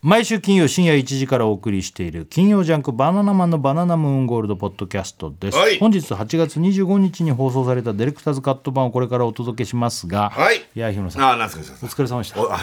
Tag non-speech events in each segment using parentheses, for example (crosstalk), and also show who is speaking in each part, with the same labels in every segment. Speaker 1: 毎週金曜深夜1時からお送りしている金曜ジャンクバナナマンのバナナムーンゴールドポッドキャストです、
Speaker 2: はい
Speaker 1: 本日8月25日に放送されたディレクターズカット版をこれからお届けしますが、
Speaker 2: はい
Speaker 1: いや日村さん
Speaker 2: ああ、なんすかなんすか
Speaker 1: お疲れ様でした
Speaker 2: おあ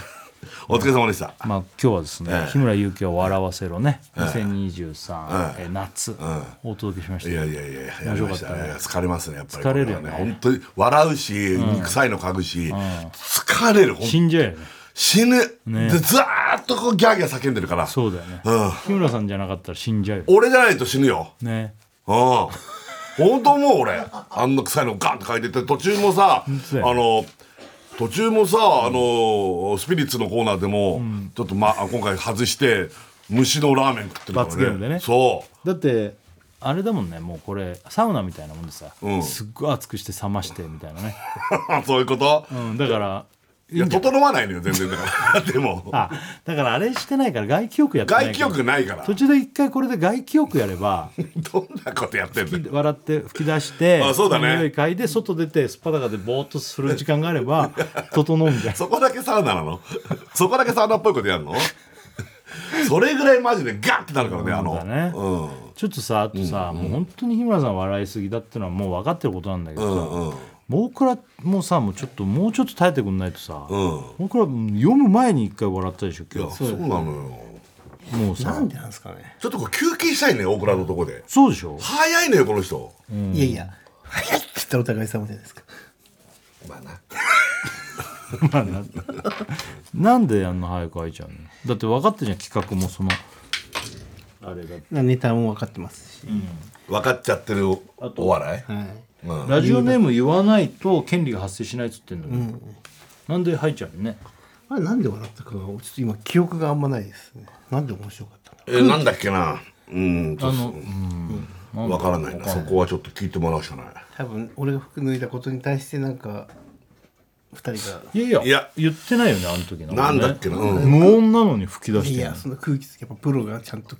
Speaker 2: お疲れ様でした。
Speaker 1: まあ、今日はですね、日村勇紀を笑わせろね、2023、え夏、お届けしました
Speaker 2: いやいやいや、やりましたね。疲れますね、やっぱり。
Speaker 1: 疲れるよね
Speaker 2: こは本当に、笑うし、肉臭いの嗅ぐし、疲れる、ほん
Speaker 1: 死んじゃうよね
Speaker 2: 死ぬ。で、ずーっとこう、ギャーギャー叫んでるから。
Speaker 1: そうだよね、
Speaker 2: うん
Speaker 1: 日村さんじゃなかったら死んじゃうよ
Speaker 2: 俺じゃないと死ぬよ。
Speaker 1: ね
Speaker 2: うん。本当もう俺、あんな臭いのガンって書いてて、途中もさ、あ
Speaker 1: 当だよ
Speaker 2: の、途中もさ、あの、スピリッツのコーナーでも、ちょっとま、あ今回外して、虫のラーメン食ってるからね。
Speaker 1: 罰ゲームでね
Speaker 2: そう。
Speaker 1: だってあれだもんねもうこれサウナみたいなもんでさ、
Speaker 2: うん
Speaker 1: すっごい熱くして冷ましてみたいなね、
Speaker 2: そう (laughs) いうこと、
Speaker 1: うん、だから
Speaker 2: いや整わないのよ全然だからでも
Speaker 1: あだからあれしてないから外気浴やってないから
Speaker 2: 外気浴ないから
Speaker 1: 途中で一回これで外気浴やれば
Speaker 2: どんなことやってんの
Speaker 1: 笑って吹き出し
Speaker 2: (laughs)
Speaker 1: て
Speaker 2: あそうだね
Speaker 1: 匂い嗅いで外出てすっぱだかでぼーっとする時間があれ
Speaker 2: (laughs)
Speaker 1: ば整うんじゃん
Speaker 2: そこだけサウナなのそこだけサウナっぽいことやるのそれぐらいマジでガッてなるからねあの
Speaker 1: そうだね
Speaker 2: う
Speaker 1: ちょっとさあとさ、もう本当に日村さん笑いすぎだってのはもう分かってることなんだけど
Speaker 2: ん
Speaker 1: さ、
Speaker 2: うんうん
Speaker 1: 僕らもさもうちょっともうちょっと耐えてくんないとさ、
Speaker 2: うん
Speaker 1: 僕ら読む前に一回笑ったでしょ
Speaker 2: い
Speaker 1: 今
Speaker 2: やそうなのよ
Speaker 1: 日もうさ
Speaker 3: なんでなんですかね、
Speaker 2: ちょっとこう休憩したいね大倉のとこで
Speaker 1: そうでしょ
Speaker 2: 早いのよこの人
Speaker 3: いやい (laughs) や早いって言ったらお互い様じゃないですか
Speaker 2: まあな
Speaker 1: (laughs) まあななんであんな早く開いちゃうのだって分かってるじゃん企画もそのあれだって
Speaker 3: ネタも分かってますし、
Speaker 2: 分かっちゃってるお笑い
Speaker 3: はい
Speaker 2: うん
Speaker 1: ラジオネーム言わないと権利が発生しないっつってんだけど、なんで入っちゃうのね
Speaker 3: あれなんで笑ったかがちょっと今記憶があんまないですねなんで面白かったんだろ
Speaker 2: えなんだっけなうんちょっと
Speaker 1: なん
Speaker 2: 分からないなそこはちょっと聞いてもらうしかないう
Speaker 3: 多分俺が服脱いだことに対してなんか二人が
Speaker 1: いやいや
Speaker 2: いや
Speaker 1: 言ってないよねあの時の、ね、
Speaker 2: なんだっけなうん
Speaker 1: 無音なのに吹き出し
Speaker 3: い
Speaker 1: てる
Speaker 3: やその空気つけやっぱプロがちゃんと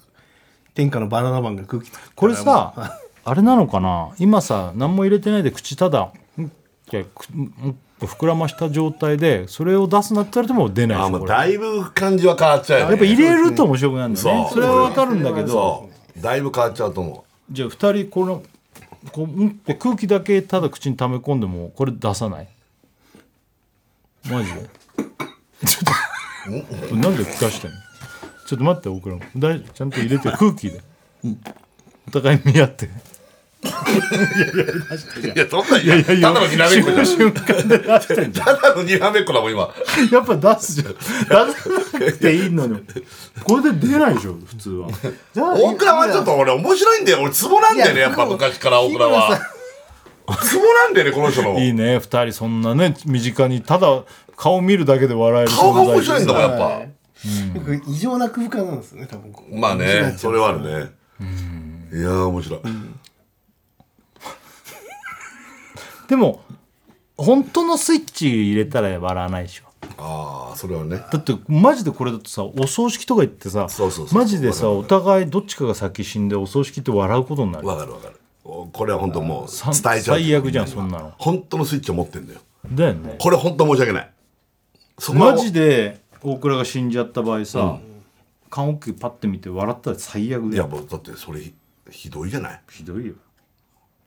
Speaker 3: 天下のバナナマンが空気つけ
Speaker 1: これ
Speaker 3: (laughs)
Speaker 1: さあれなのかな今さ何も入れてないで口ただうんってくうんって膨らました状態でそれを出すなって言われても出ないで
Speaker 2: あ
Speaker 1: しょ
Speaker 2: も
Speaker 1: こ
Speaker 2: う
Speaker 1: れ
Speaker 2: だいぶ感じは変わっちゃうよ、ね、
Speaker 1: やっぱ入れると面白くなるんだよね
Speaker 2: そう
Speaker 1: それはわかるんだけど
Speaker 2: そうだいぶ変わっちゃうと思
Speaker 1: じゃあ2人このこううんって空気だけただ口に溜め込んでもこれ出さないマジで (laughs) ちょっとなんで吹かしてんのちょっと待って僕らもだいちゃんと入
Speaker 2: (laughs)
Speaker 1: れて空気でお互い見合って
Speaker 2: ういやそんないやいやいやただのにらめっこじゃん
Speaker 1: 瞬間で出してんじゃん
Speaker 2: ただのにらめっこだもん今
Speaker 1: (laughs) やっぱ出すじゃん出さなくていいのにこれで出ないでしょ普通は
Speaker 2: 大倉はちょっと俺面白いんだよ俺ツボなんだよね
Speaker 3: いや
Speaker 2: やっぱ昔から大倉はツボなんだよねこの人の
Speaker 1: いいね二人そんなね身近にただ顔見るだけで笑える
Speaker 2: 顔が面白いんだもんやっぱ、
Speaker 3: はいなんか異常な空間なんですよね多分ここ
Speaker 2: まあ
Speaker 3: 面白いや
Speaker 2: ね
Speaker 3: つ
Speaker 2: それはあるねいやー面白い、
Speaker 1: でも本当のスイッチ入れたら笑わないでしょ
Speaker 2: ああそれはね
Speaker 1: だってマジでこれだとさお葬式とか行ってさ
Speaker 2: そうそうそう
Speaker 1: マジでさお互いどっちかが先死んでお葬式って笑うことになる
Speaker 2: わかるわかるおこれは本当もう
Speaker 1: さ
Speaker 2: 伝えちゃう
Speaker 1: 最悪じゃんそんなの
Speaker 2: 本当のスイッチを持ってんだよ
Speaker 1: だよね
Speaker 2: これ本当申し訳ないそこは
Speaker 1: マジで大倉が死んじゃった場合さ棺桶パッて見て笑ったら最悪
Speaker 2: い
Speaker 1: だ
Speaker 2: や
Speaker 1: よ
Speaker 2: もうだってそれひひどいじゃない
Speaker 1: ひどいよ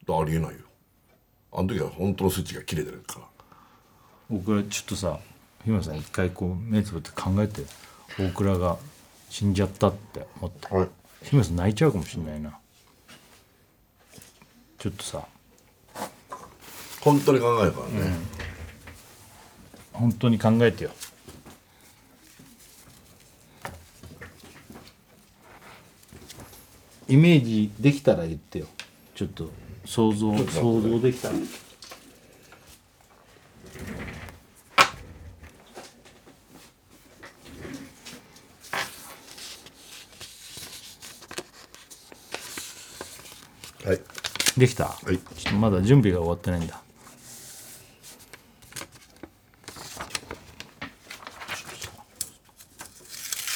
Speaker 2: ありえないよあの時は本当のスイッチが切れてるから
Speaker 1: 大倉ちょっとさ日村さん一回こう目つぶって考えて大倉が死んじゃったって思って、
Speaker 2: はい
Speaker 1: 日村さん泣いちゃうかもしれないなちょっとさ
Speaker 2: 本当に考えるからね、
Speaker 1: 本当に考えてよイメージできたら言ってよちょっと想像想像できたら
Speaker 2: はい
Speaker 1: できた、
Speaker 2: い
Speaker 1: ちょっとまだ準備が終わってないんだ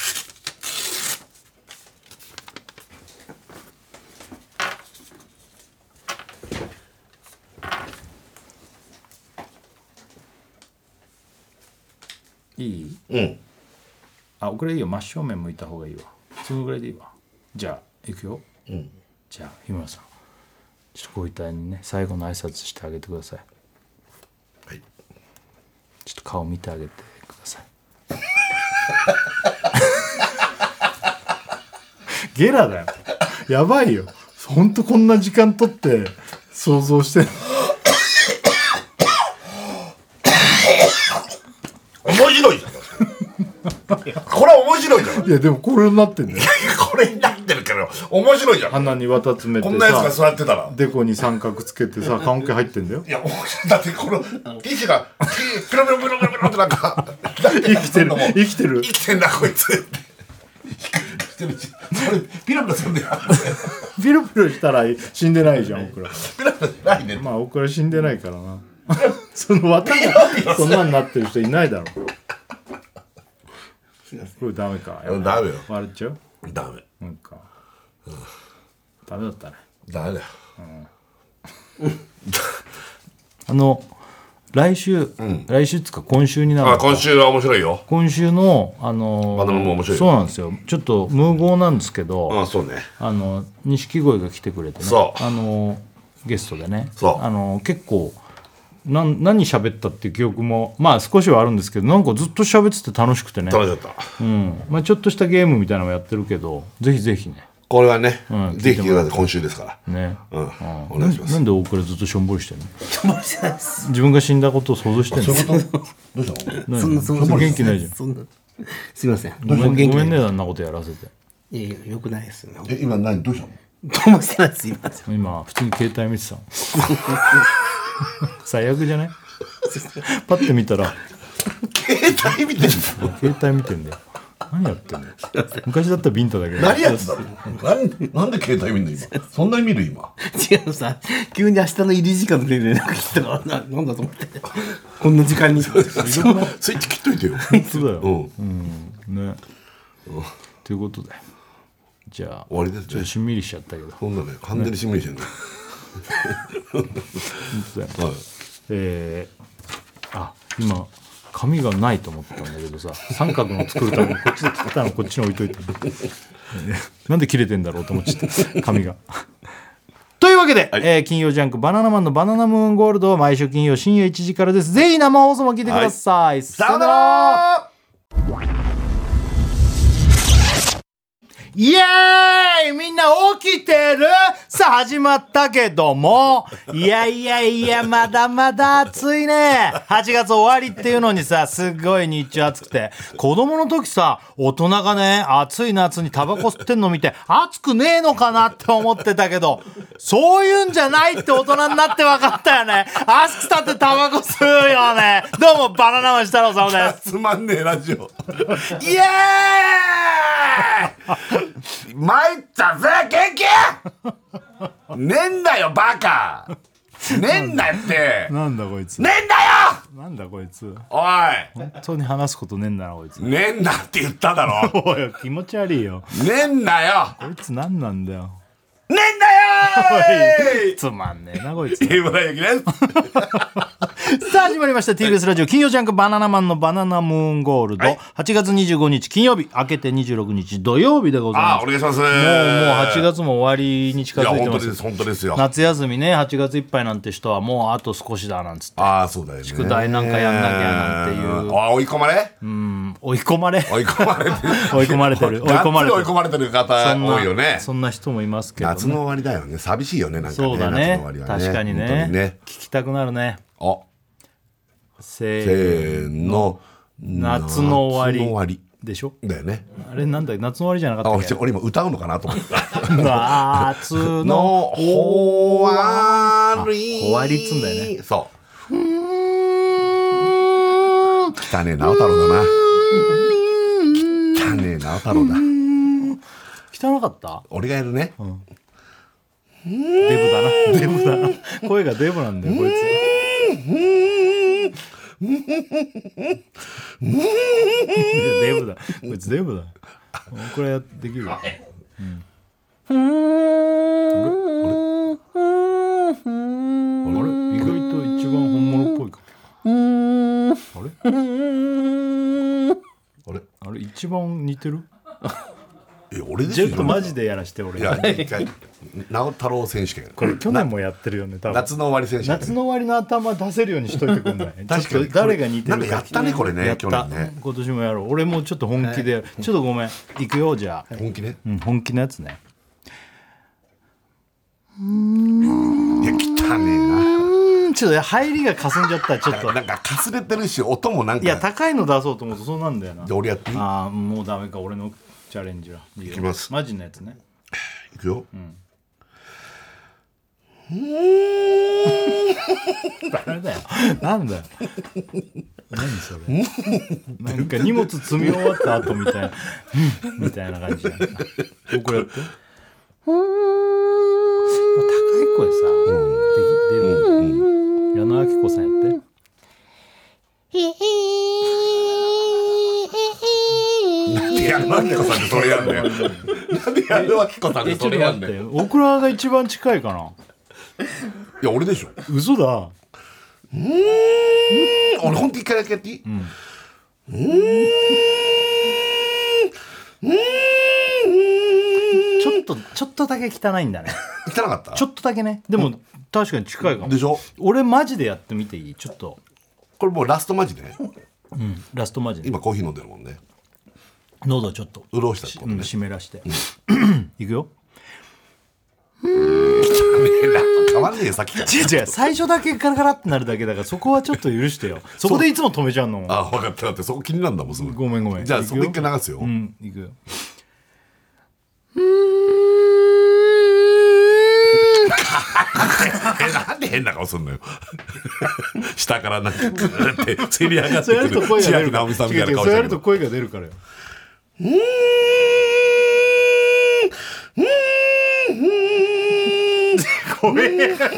Speaker 1: いい
Speaker 2: うん
Speaker 1: あこれいいよ真正面向いた方がいいわそのぐらいでいいわじゃあいくよ、じゃあ日村さんちょっとご遺体にね最後の挨拶してあげてください
Speaker 2: はい
Speaker 1: ちょっと顔見てあげてください (laughs) ゲラだよやばいよほんとこんな時間取って想像して
Speaker 2: 面白いじゃんこれ面白いじゃん (laughs)
Speaker 3: いやでもこれになってんだよ
Speaker 2: これになってるけど面白いじゃん
Speaker 1: 鼻に綿詰めて
Speaker 2: こ
Speaker 1: さ
Speaker 2: んなやつが座ってたら
Speaker 1: デコに三角つけてさ缶桶入ってんだよ
Speaker 2: いや面白いだってこのティッシュがピロピロピロピロピロってなんか
Speaker 1: 生きてる生きてる
Speaker 2: 生きてんだこいつ (laughs) ってしてるしそれピラピラするんだよ
Speaker 1: ピロピロしたら死んでないじゃんオクラ
Speaker 2: ピラピラじゃ (laughs) ないね
Speaker 1: まあオクラ死んでないからなその綿がそんなんなってる人いないだろこれダメか
Speaker 2: うんダメよ
Speaker 1: 割れちゃう
Speaker 2: ダメ
Speaker 1: なんかダメだったね
Speaker 2: ダメだよ
Speaker 1: あの来週、来週っつうか今週になる
Speaker 2: あ
Speaker 1: のか
Speaker 2: 今週は面白いよ
Speaker 1: 今週のあのー
Speaker 2: バナナも面白いよ
Speaker 1: そうなんですよちょっと無謀なんですけど、
Speaker 2: あそうね
Speaker 1: あの錦鯉が来てくれてね
Speaker 2: そう
Speaker 1: あのゲストでね
Speaker 2: そう
Speaker 1: あの結構なん何喋ったっていう記憶もまあ少しはあるんですけどなんかずっと喋ってて楽しくてね、
Speaker 2: 楽しかった
Speaker 1: うんまあ、ちょっとしたゲームみたいなのもやってるけどぜひぜひね
Speaker 2: これはね
Speaker 1: うん
Speaker 2: ぜひ来てください今週ですから
Speaker 1: ね、
Speaker 2: うん
Speaker 1: うん
Speaker 2: お願いしま
Speaker 1: な
Speaker 2: す
Speaker 1: んで大倉ずっとしょんぼりしてんの自分が死んだことを想像してんの
Speaker 2: どうしたの
Speaker 1: 何
Speaker 3: そんなそんな
Speaker 1: しょぼり元気ないじゃん
Speaker 3: そんなすいません
Speaker 1: ごめん
Speaker 3: 元
Speaker 1: ご
Speaker 3: 気
Speaker 1: めん
Speaker 3: ない
Speaker 1: ねあんなことやらせて
Speaker 3: いやいやよくないですよね
Speaker 2: え今何どうしたの
Speaker 3: どうもしてないですすいません
Speaker 1: 今普通に携帯見てたの (laughs) 最悪じゃないパッて見たら
Speaker 2: 携帯見てる
Speaker 1: 携帯見てんだよ何やってんだよ昔だったらビンタだけど
Speaker 2: 何やってたのなんなんで携帯 (laughs) 見るの今そんなに見る今
Speaker 3: 違うさ急に明日の入り時間の連絡来たからななんだと思ってこんな時間に
Speaker 2: スイッチ切っといてよ
Speaker 1: 本当だよ、
Speaker 2: う
Speaker 1: うんんねということでじゃあ
Speaker 2: 終わりですね
Speaker 1: ちょっとしんみりしちゃったけど
Speaker 2: そんなね完全にしんみりしてんだよはい
Speaker 1: えー、あ今紙がないと思ってたんだけどさ三角の作るためにこっちで切ったのこっちに置いといたのなんで切れてんだろうと思っちゃって紙が。というわけで、えー金曜ジャンク「バナナマンのバナナムーンゴールド」は毎週金曜深夜1時からですぜひ生放送も聞いてください、さよならイエーイみんな起きてるさあ始まったけどもいやいやいやまだまだ暑いね8月終わりっていうのにさすっごい日中暑くて子供の時さ大人がね暑い夏にタバコ吸ってんの見て暑くねえのかなって思ってたけどそういうんじゃないって大人になって分かったよね暑くたってタバコ吸うよねどうもバナナマン設楽さんです
Speaker 2: (laughs) つまんねえラジオ
Speaker 1: イエーイ
Speaker 2: 参ったぜ元気ねえんだよバカねえんだってね
Speaker 1: なんだこいつ
Speaker 2: えんだよ
Speaker 1: なんだこいつ
Speaker 2: お
Speaker 1: 本当に話すことねえんだなこいつ
Speaker 2: いねえんだって言っただ
Speaker 1: (laughs)
Speaker 2: ろ
Speaker 1: おい気持ち悪いよ
Speaker 2: ねえんだよ
Speaker 1: こいつ何なんだよ
Speaker 2: ねえん
Speaker 1: (laughs)
Speaker 2: だよ
Speaker 1: つまんねえなこいつ
Speaker 2: ー日村ゆきです
Speaker 1: さあ始まりました TBS ラジオ金曜ジャンク「バナナマンのバナナムーンゴールド」
Speaker 2: はい
Speaker 1: 8月25日金曜日明けて26日土曜日でござい
Speaker 2: あ
Speaker 1: ま
Speaker 2: ー
Speaker 1: す
Speaker 2: お願いしますもう
Speaker 1: もうもう8月も終わりに近
Speaker 2: いや
Speaker 1: づいて
Speaker 2: 本当
Speaker 1: ま
Speaker 2: ですす本当ですよ
Speaker 1: 夏休みね8月いっぱいなんて人はもうあと少しだなんつって
Speaker 2: ああそうだよね宿
Speaker 1: 題なんかやんなきゃなんていう
Speaker 2: あ追い込まれ
Speaker 1: 追い込まれ
Speaker 2: 追い込まれてる
Speaker 1: (laughs) 追い込まれ
Speaker 2: (laughs)
Speaker 1: てる追い
Speaker 2: がっつり
Speaker 1: 込まれて
Speaker 2: 追い
Speaker 1: る
Speaker 2: 込まれてる方
Speaker 1: そんな
Speaker 2: 多いよね
Speaker 1: そんな人もいますけどね
Speaker 2: 夏の終わりだよね寂しいよねなんかね
Speaker 1: そうだ
Speaker 2: 夏の
Speaker 1: ね
Speaker 2: 終わりはね
Speaker 1: 確かに
Speaker 2: 本当
Speaker 1: ね聞きたくなるね
Speaker 2: あ
Speaker 1: せ
Speaker 2: せ
Speaker 1: ー
Speaker 2: ーの
Speaker 1: 夏の終わり
Speaker 2: 夏の終わり
Speaker 1: でしょ
Speaker 2: だよね
Speaker 1: あれなんだっけ夏の終わりじゃな
Speaker 2: あ
Speaker 1: かったっ
Speaker 2: 俺
Speaker 1: け
Speaker 2: 俺今歌うのかなと思った
Speaker 1: 夏の
Speaker 2: の終わり
Speaker 1: あ終わりっつうんだよ
Speaker 2: ねそう汚ねえ直太郎だな汚ねえ直太郎だ
Speaker 1: 汚かった
Speaker 2: 俺がやるね
Speaker 1: デブだなデブだな声がデブなんだよこいついやデブだこいつデブだこれやってできるよあれ意外と一番本物っぽいかもあ
Speaker 2: あ
Speaker 1: れ
Speaker 2: れ
Speaker 1: あれ一一番似てる
Speaker 2: え俺です
Speaker 1: ジ
Speaker 2: よ
Speaker 1: ェットマジでやらして俺
Speaker 2: いや一回直太郎選手権
Speaker 1: これ去年もやってるよね多分
Speaker 2: 夏の終わり選手権
Speaker 1: 夏の終わりの頭出せるようにしといてくんない
Speaker 2: 確
Speaker 1: ち
Speaker 2: か
Speaker 1: ょっ
Speaker 2: に
Speaker 1: と誰が似てる
Speaker 2: なんかやったねこれね
Speaker 1: やった
Speaker 2: 去年ね
Speaker 1: 今年もやろう俺もうちょっと本気でやる、ちょっとごめん行くよじゃあ、
Speaker 2: 本気ね
Speaker 1: うん、本気のやつね
Speaker 2: いや汚ね
Speaker 1: うんちょっと入りがかすんじゃったちょっ
Speaker 2: え
Speaker 1: と
Speaker 2: ななんかかすれてるし音もなんか
Speaker 1: いや高いの出そうと思うとそうなんだよな
Speaker 2: で俺やっていい
Speaker 1: ああもうダメか俺のチャレンジはいい
Speaker 2: きます
Speaker 1: マジのやつね
Speaker 2: いくよ
Speaker 1: 誰だよなんだよ何それなんか荷物積み終わった後みたいなうんみたいな感じだな僕やって高い声さ、でき出る、矢野明子さんやって
Speaker 2: なんで矢野明子さんでそれやんだよなんで矢野明子さんで
Speaker 1: えちょ
Speaker 2: そ
Speaker 1: っと
Speaker 2: れやん
Speaker 1: 待
Speaker 2: だ
Speaker 1: って
Speaker 2: よ
Speaker 1: オクラが一番近いかない
Speaker 2: や俺でしょ
Speaker 1: 嘘だ
Speaker 2: 俺ほんと一回だけやっていいうんうん
Speaker 1: ちょっとちょっとだけ汚いんだね
Speaker 2: 汚かった
Speaker 1: (laughs) ちょっとだけねでも、確かに近いかも
Speaker 2: でしょ
Speaker 1: 俺マジでやってみていいちょっと、
Speaker 2: これもうラストマジでね
Speaker 1: うん、ラストマジで
Speaker 2: 今コーヒー飲んでるもんね
Speaker 1: 喉ちょっと
Speaker 2: 潤したってこと
Speaker 1: うん、
Speaker 2: ね
Speaker 1: 湿らして。 (coughs) いくよ。
Speaker 2: 変わんねえよさっきから
Speaker 1: 違う違う、 (laughs) 最初だけガラガラってなるだけだから、そこはちょっと許してよ。そこでいつも止めちゃうのも。
Speaker 2: あ分かっただってそこ気になるんだもんすぐ
Speaker 1: ごめんごめん。
Speaker 2: じゃあ
Speaker 1: いく
Speaker 2: そ
Speaker 1: よ
Speaker 2: こ一回流すよ
Speaker 1: うん、いくよ。
Speaker 2: え (laughs) なんで変な顔すんのよ下からなんかグーってせり上がっ
Speaker 1: (laughs) そ
Speaker 2: て
Speaker 1: うや
Speaker 2: く
Speaker 1: ると
Speaker 2: る
Speaker 1: 声
Speaker 2: 千
Speaker 1: が出
Speaker 2: 秋
Speaker 1: るから。
Speaker 2: 直美さんみたいな
Speaker 1: 違う違う
Speaker 2: 顔
Speaker 1: そ
Speaker 2: して
Speaker 1: うや
Speaker 2: るけ
Speaker 1: ると
Speaker 2: ど
Speaker 1: 声が出る (laughs) からよ。ごめん。ちょっ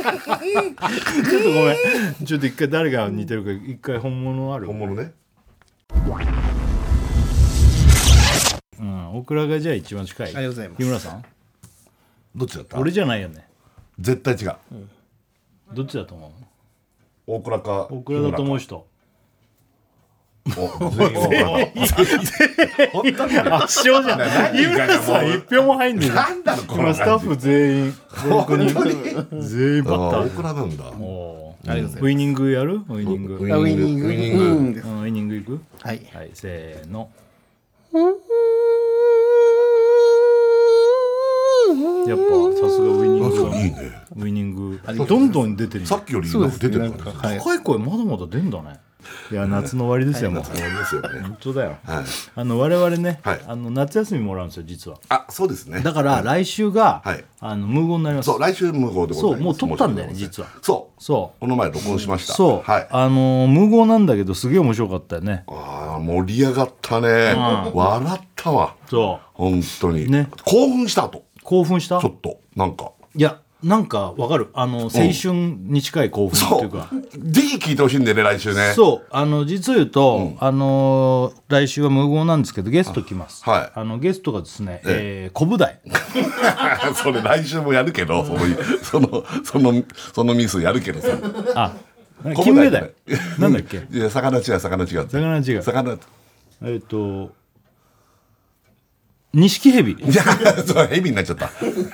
Speaker 1: とごめん。ちょっと一回誰が似てるか、一回本物ある。
Speaker 2: 本物ね
Speaker 1: うん、オクラがじゃあ一番近い。あり
Speaker 3: がとうございます
Speaker 1: 日村さん
Speaker 2: どっちだった
Speaker 1: 俺じゃないよね。
Speaker 2: 絶対違う
Speaker 1: どっちだと思う
Speaker 2: 大倉か
Speaker 1: オクラだと思う人。
Speaker 2: お全員大倉本当に
Speaker 1: (laughs)
Speaker 2: ね
Speaker 1: 圧勝じゃん。井村さん一票も入んねえじゃん。
Speaker 2: なんだろうこ
Speaker 1: 今
Speaker 2: の
Speaker 1: スタッ
Speaker 2: 感じ
Speaker 1: フ全員、
Speaker 2: 本当に
Speaker 1: 全員バッタ
Speaker 2: あ大
Speaker 1: ー。
Speaker 2: 倉なんだ
Speaker 1: おーウイニングやるウイニング。
Speaker 2: ウ
Speaker 1: う
Speaker 2: イ
Speaker 1: ん
Speaker 3: あウイニング
Speaker 2: ウイニング
Speaker 1: ウイニングいく
Speaker 3: はい
Speaker 1: はい、せーの。やっぱさすがウイニング
Speaker 2: い
Speaker 1: だ
Speaker 2: いね
Speaker 1: ウイニング。どんどん出てるよ。
Speaker 2: さっきより今出てるからね
Speaker 3: そうですねなんかはい
Speaker 1: 高い声まだまだ出んだね。いや、夏の終わりですよ、もう。
Speaker 2: そうですよね
Speaker 1: 本当だよ。
Speaker 2: はい
Speaker 1: あの、我々ね
Speaker 2: はい、
Speaker 1: あの、夏休みもらうんですよ、実は。
Speaker 2: あそうですね
Speaker 1: だから、来週が
Speaker 2: はい、
Speaker 1: あの、無言になります
Speaker 2: そ。う来週無法でございます
Speaker 1: そうもう撮ったんだよね
Speaker 2: 申し訳
Speaker 1: 実は
Speaker 2: ございませんそう
Speaker 1: そう。
Speaker 2: この前録音しました
Speaker 1: そう、
Speaker 2: はい
Speaker 1: あのー無言なんだけどすげえ面白かったよね
Speaker 2: ああ盛り上がったね、笑ったわ
Speaker 1: そ
Speaker 2: 本当に、
Speaker 1: ね
Speaker 2: 興奮した後
Speaker 1: う興奮した
Speaker 2: ちょっとなんか
Speaker 1: いやなんかわかるあの青春に近い興奮って
Speaker 2: そ
Speaker 1: いう
Speaker 2: う
Speaker 1: か、
Speaker 2: ぜひ聞いてほしいんでね来週ね
Speaker 1: そうあの実を言うと、あのー来週は無言なんですけどゲスト来ます
Speaker 2: あはい
Speaker 1: あのゲストがですね、えー、小
Speaker 2: (laughs)
Speaker 1: 舞台
Speaker 2: (laughs) それ来週もやるけどそのそのそのそのミスやるけどさ
Speaker 1: あ
Speaker 2: 小
Speaker 1: 金
Speaker 2: 舞
Speaker 1: 目
Speaker 2: 台
Speaker 1: 鯛なんだっ
Speaker 2: (laughs)
Speaker 1: け
Speaker 2: いや魚違う魚違う
Speaker 1: 魚違う
Speaker 2: 魚 (laughs) 違う
Speaker 1: えっ、と錦蛇
Speaker 2: いやそうヘビになっちゃった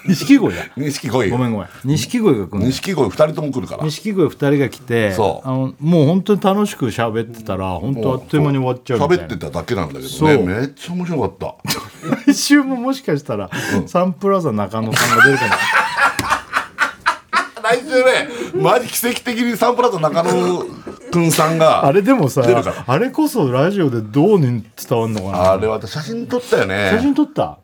Speaker 1: 錦鯉だ
Speaker 2: 錦鯉
Speaker 1: ごめんごめん錦鯉が来るの
Speaker 2: 錦鯉二人とも来るから
Speaker 1: 錦鯉2人が来て
Speaker 2: そう
Speaker 1: あのもう本当に楽しく喋ってたら本当あっという間に終わっちゃうみたい
Speaker 2: 喋
Speaker 1: な
Speaker 2: ってただけなんだけど
Speaker 1: そ
Speaker 2: ね
Speaker 1: う
Speaker 2: めっちゃ面白かった (laughs)
Speaker 1: 来週ももしかしたら、サンプラザ中野さんが出るか (laughs) も
Speaker 2: 来週ねマジ奇跡的にサンプラザ中野くんさんが
Speaker 1: あれでもさ
Speaker 2: 出るから
Speaker 1: あれこそラジオでどうに伝わるのかな
Speaker 2: あれ私写真撮ったよ
Speaker 1: 写
Speaker 2: ね
Speaker 1: 真撮った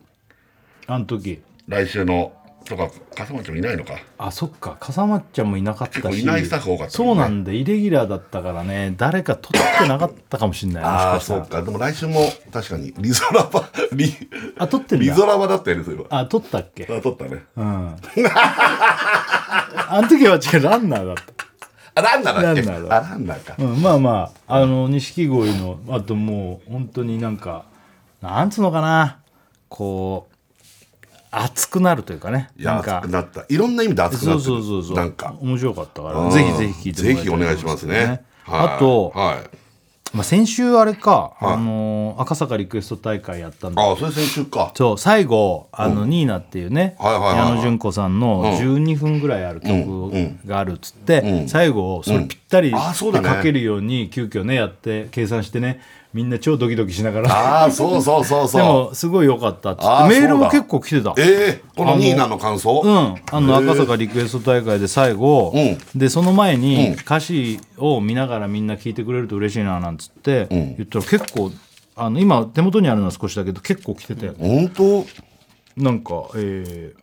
Speaker 1: あの時
Speaker 2: 来週のとか笠松もいないのか
Speaker 1: あそっか笠松ちゃんもいなかったし
Speaker 2: 結構いないスタッフ多かったも
Speaker 1: そうん
Speaker 2: ね
Speaker 1: なんでイレギュラーだったからね誰か撮ってなかったかもしれないも
Speaker 2: あ
Speaker 1: しか
Speaker 2: あ
Speaker 1: した
Speaker 2: そ
Speaker 1: ら
Speaker 2: うかでも来週も確かにリゾラバ (laughs) リ
Speaker 1: あ撮って
Speaker 2: リ
Speaker 1: るん
Speaker 2: ゾ
Speaker 1: だ
Speaker 2: ラバだったよねそれは
Speaker 1: あ撮ったっけ
Speaker 2: あ撮ったね
Speaker 1: うん (laughs) あの時は違うランナーだった
Speaker 2: あランナーだっけ
Speaker 1: ランナー
Speaker 2: あ
Speaker 1: だ
Speaker 2: ランナーか
Speaker 1: うん、まあまああの錦鯉のあともう本当になんかなんつうのかなこう熱くなるというかね
Speaker 2: いや
Speaker 1: なんか
Speaker 2: 熱くなったいろんな意味で熱くなっ
Speaker 1: そう
Speaker 2: て
Speaker 1: そうそうそう
Speaker 2: るなんか
Speaker 1: 面白かったか
Speaker 2: う
Speaker 1: ら
Speaker 2: ん
Speaker 1: ぜひぜひ聞いてもらいた
Speaker 2: ぜひお願いしますね
Speaker 1: あと
Speaker 2: はい
Speaker 1: まあ、先週あれか、あのー赤坂リクエスト大会やったんだ
Speaker 2: ああそれ先週か
Speaker 1: そう最後あの、ニーナっていうね、
Speaker 2: はいはいはいはい
Speaker 1: 矢野純子さんの12分ぐらいある曲があるっつって、最後それぴったり
Speaker 2: うんあそうだね
Speaker 1: かけるように急遽ねやって計算してねみんな超ドキドキしながら
Speaker 2: ああそうそうそう
Speaker 1: で
Speaker 2: そう
Speaker 1: もすごい良かったっつ
Speaker 2: あ
Speaker 1: っ
Speaker 2: ー
Speaker 1: てメール
Speaker 2: そう
Speaker 1: も
Speaker 2: だ
Speaker 1: 結構来てた
Speaker 2: ええこのニーナの感想
Speaker 1: うん、あの赤坂リクエスト大会で最後、
Speaker 2: う
Speaker 1: でその前に歌詞を見ながらみんな聞いてくれると嬉しいななんつって言ったら結構あの今手元にあるのは少しだけど結構来てて、
Speaker 2: 本当
Speaker 1: なんか、えー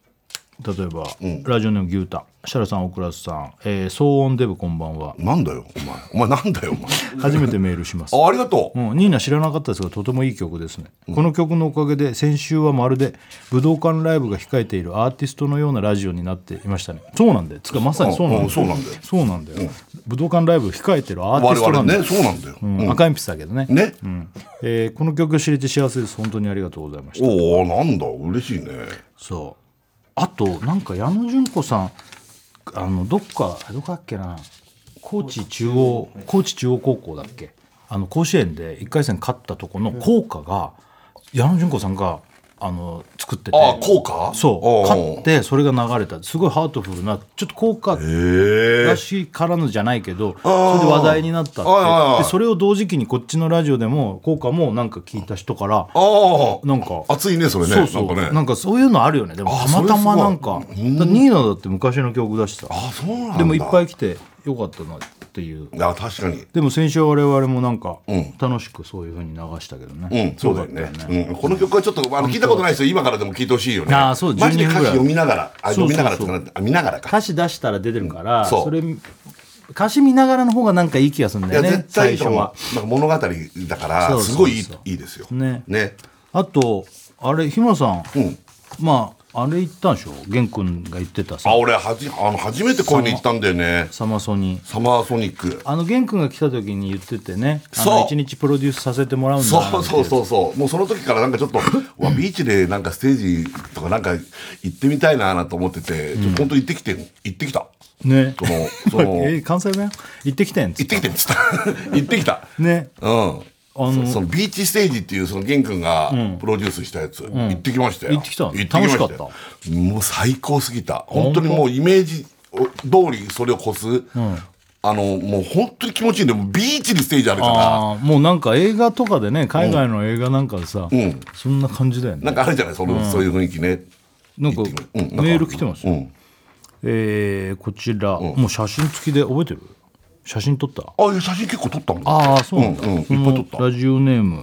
Speaker 1: 例えば、ラジオネーム牛太シャラさん大倉さん、えー騒音デブこんばんは
Speaker 2: なんだよお前お前なんだよお前
Speaker 1: 初めてメールします
Speaker 2: あありがとう、
Speaker 1: うん、ニーナ知らなかったですがとてもいい曲ですね、この曲のおかげで先週はまるで武道館ライブが控えているアーティストのようなラジオになっていましたねそうなんだよつかまさにそうなん
Speaker 2: う
Speaker 1: だ
Speaker 2: んうんそうなんだよ
Speaker 1: そうなんだよ武道館ライブ控えてるアーティ
Speaker 2: 我
Speaker 1: ストな
Speaker 2: 々
Speaker 1: んだよ、
Speaker 2: ねそうなんだよ、
Speaker 1: うん、赤鉛筆だけどね
Speaker 2: ね、
Speaker 1: うんえーこの曲を知れて幸せです本当にありがとうございました
Speaker 2: おおなんだ嬉しいね
Speaker 1: そうあとなんか矢野純子さんあのどっかどこだっけな高知中央高知中央高校だっけあの甲子園で1回戦勝ったとこの校歌が矢野純子さんがあの作ってて
Speaker 2: ああ効果
Speaker 1: そう勝っ
Speaker 2: へ
Speaker 1: てそれが流れたすごいハートフルなちょっと校歌
Speaker 2: え
Speaker 1: らしからぬじゃないけどそれで話題になったっ
Speaker 2: はいはいは
Speaker 1: て
Speaker 2: い
Speaker 1: でそれを同時期にこっちのラジオでも校歌もなんか聞いた人から
Speaker 2: ああ
Speaker 1: なんか
Speaker 2: 熱いねそれね
Speaker 1: そうそう
Speaker 2: なんかね
Speaker 1: なんかそういうのあるよねでも
Speaker 2: あ
Speaker 1: たまたま
Speaker 2: それすごい
Speaker 1: なんかだニーナだって昔の曲だしさ
Speaker 2: あそうなんだ
Speaker 1: でもいっぱ
Speaker 2: い
Speaker 1: い来てよかったなっていう
Speaker 2: あ確かに
Speaker 1: でも先週我々もなんか楽しくそういうふうに流したけどね、
Speaker 2: うん、そうだよねうん、この曲はちょっとあの聞いたことない人今からでも聞いてほしいよね
Speaker 1: あーそう
Speaker 2: マジで
Speaker 1: 12
Speaker 2: 歌詞
Speaker 1: 分ぐらい
Speaker 2: 読みながらあ
Speaker 1: そう
Speaker 2: 読み
Speaker 1: そうそう
Speaker 2: ながらってかなあ見ながらか
Speaker 1: 歌詞出したら出てるから、
Speaker 2: んそう
Speaker 1: それ歌詞見ながらの方がなんかいい気がする
Speaker 2: い
Speaker 1: んだ
Speaker 2: や
Speaker 1: よね
Speaker 2: 絶対いいと思う
Speaker 1: 最初
Speaker 2: なんか物語だか
Speaker 1: そう
Speaker 2: ら
Speaker 1: そうそう
Speaker 2: すごいいいいいですよ
Speaker 1: ね
Speaker 2: ね
Speaker 1: はあとあれ日村さん、
Speaker 2: うん
Speaker 1: まああれ言ったんでしょ玄君が言ってたさ
Speaker 2: あ俺はじあの初めてこういうの行ったんだよね
Speaker 1: サマソニ
Speaker 2: サマーソニック
Speaker 1: あの玄君が来た時に言っててねあ
Speaker 2: そう
Speaker 1: の一日プロデュースさせてもらうんだ
Speaker 2: そうそうそうそうもうその時からなんかち
Speaker 1: (laughs)
Speaker 2: ょっとうわビーチでなんかステージとかなんか行ってみたいななと思っててちょ本当行ってきて行ってきた
Speaker 1: うね
Speaker 2: そ
Speaker 1: (laughs)
Speaker 2: のその
Speaker 1: え関西弁行ってきてんっつ
Speaker 2: 行ってきてっつった (laughs) 行ってきた
Speaker 1: ね
Speaker 2: うん
Speaker 1: あの
Speaker 2: そそのビーチステージっていうその玄君がプロデュースしたやつ、行ってきましたよ
Speaker 1: 行ってきたの
Speaker 2: 行ってきましたよ
Speaker 1: 楽しか
Speaker 2: もう最高すぎた本当にもうイメージ通りそれを越す、あのもう本当に気持ちいいんでもうビーチでステージあるから
Speaker 1: ああもうなんか映画とかでね海外の映画なんかでさ、
Speaker 2: ん
Speaker 1: そんな感じだよね
Speaker 2: なんかあるじゃないその、そういう雰囲気ね
Speaker 1: なんか
Speaker 2: 行ってくるうんなんか
Speaker 1: メール来てますよ、
Speaker 2: うん
Speaker 1: えーこちら、もう写真付きで覚えてる写真撮った
Speaker 2: あいや写真結構撮ったんだ
Speaker 1: ああそうなんだ、
Speaker 2: うんうんいっぱ
Speaker 1: そ
Speaker 2: い
Speaker 1: の
Speaker 2: 撮った
Speaker 1: ラジオネーム、
Speaker 2: ん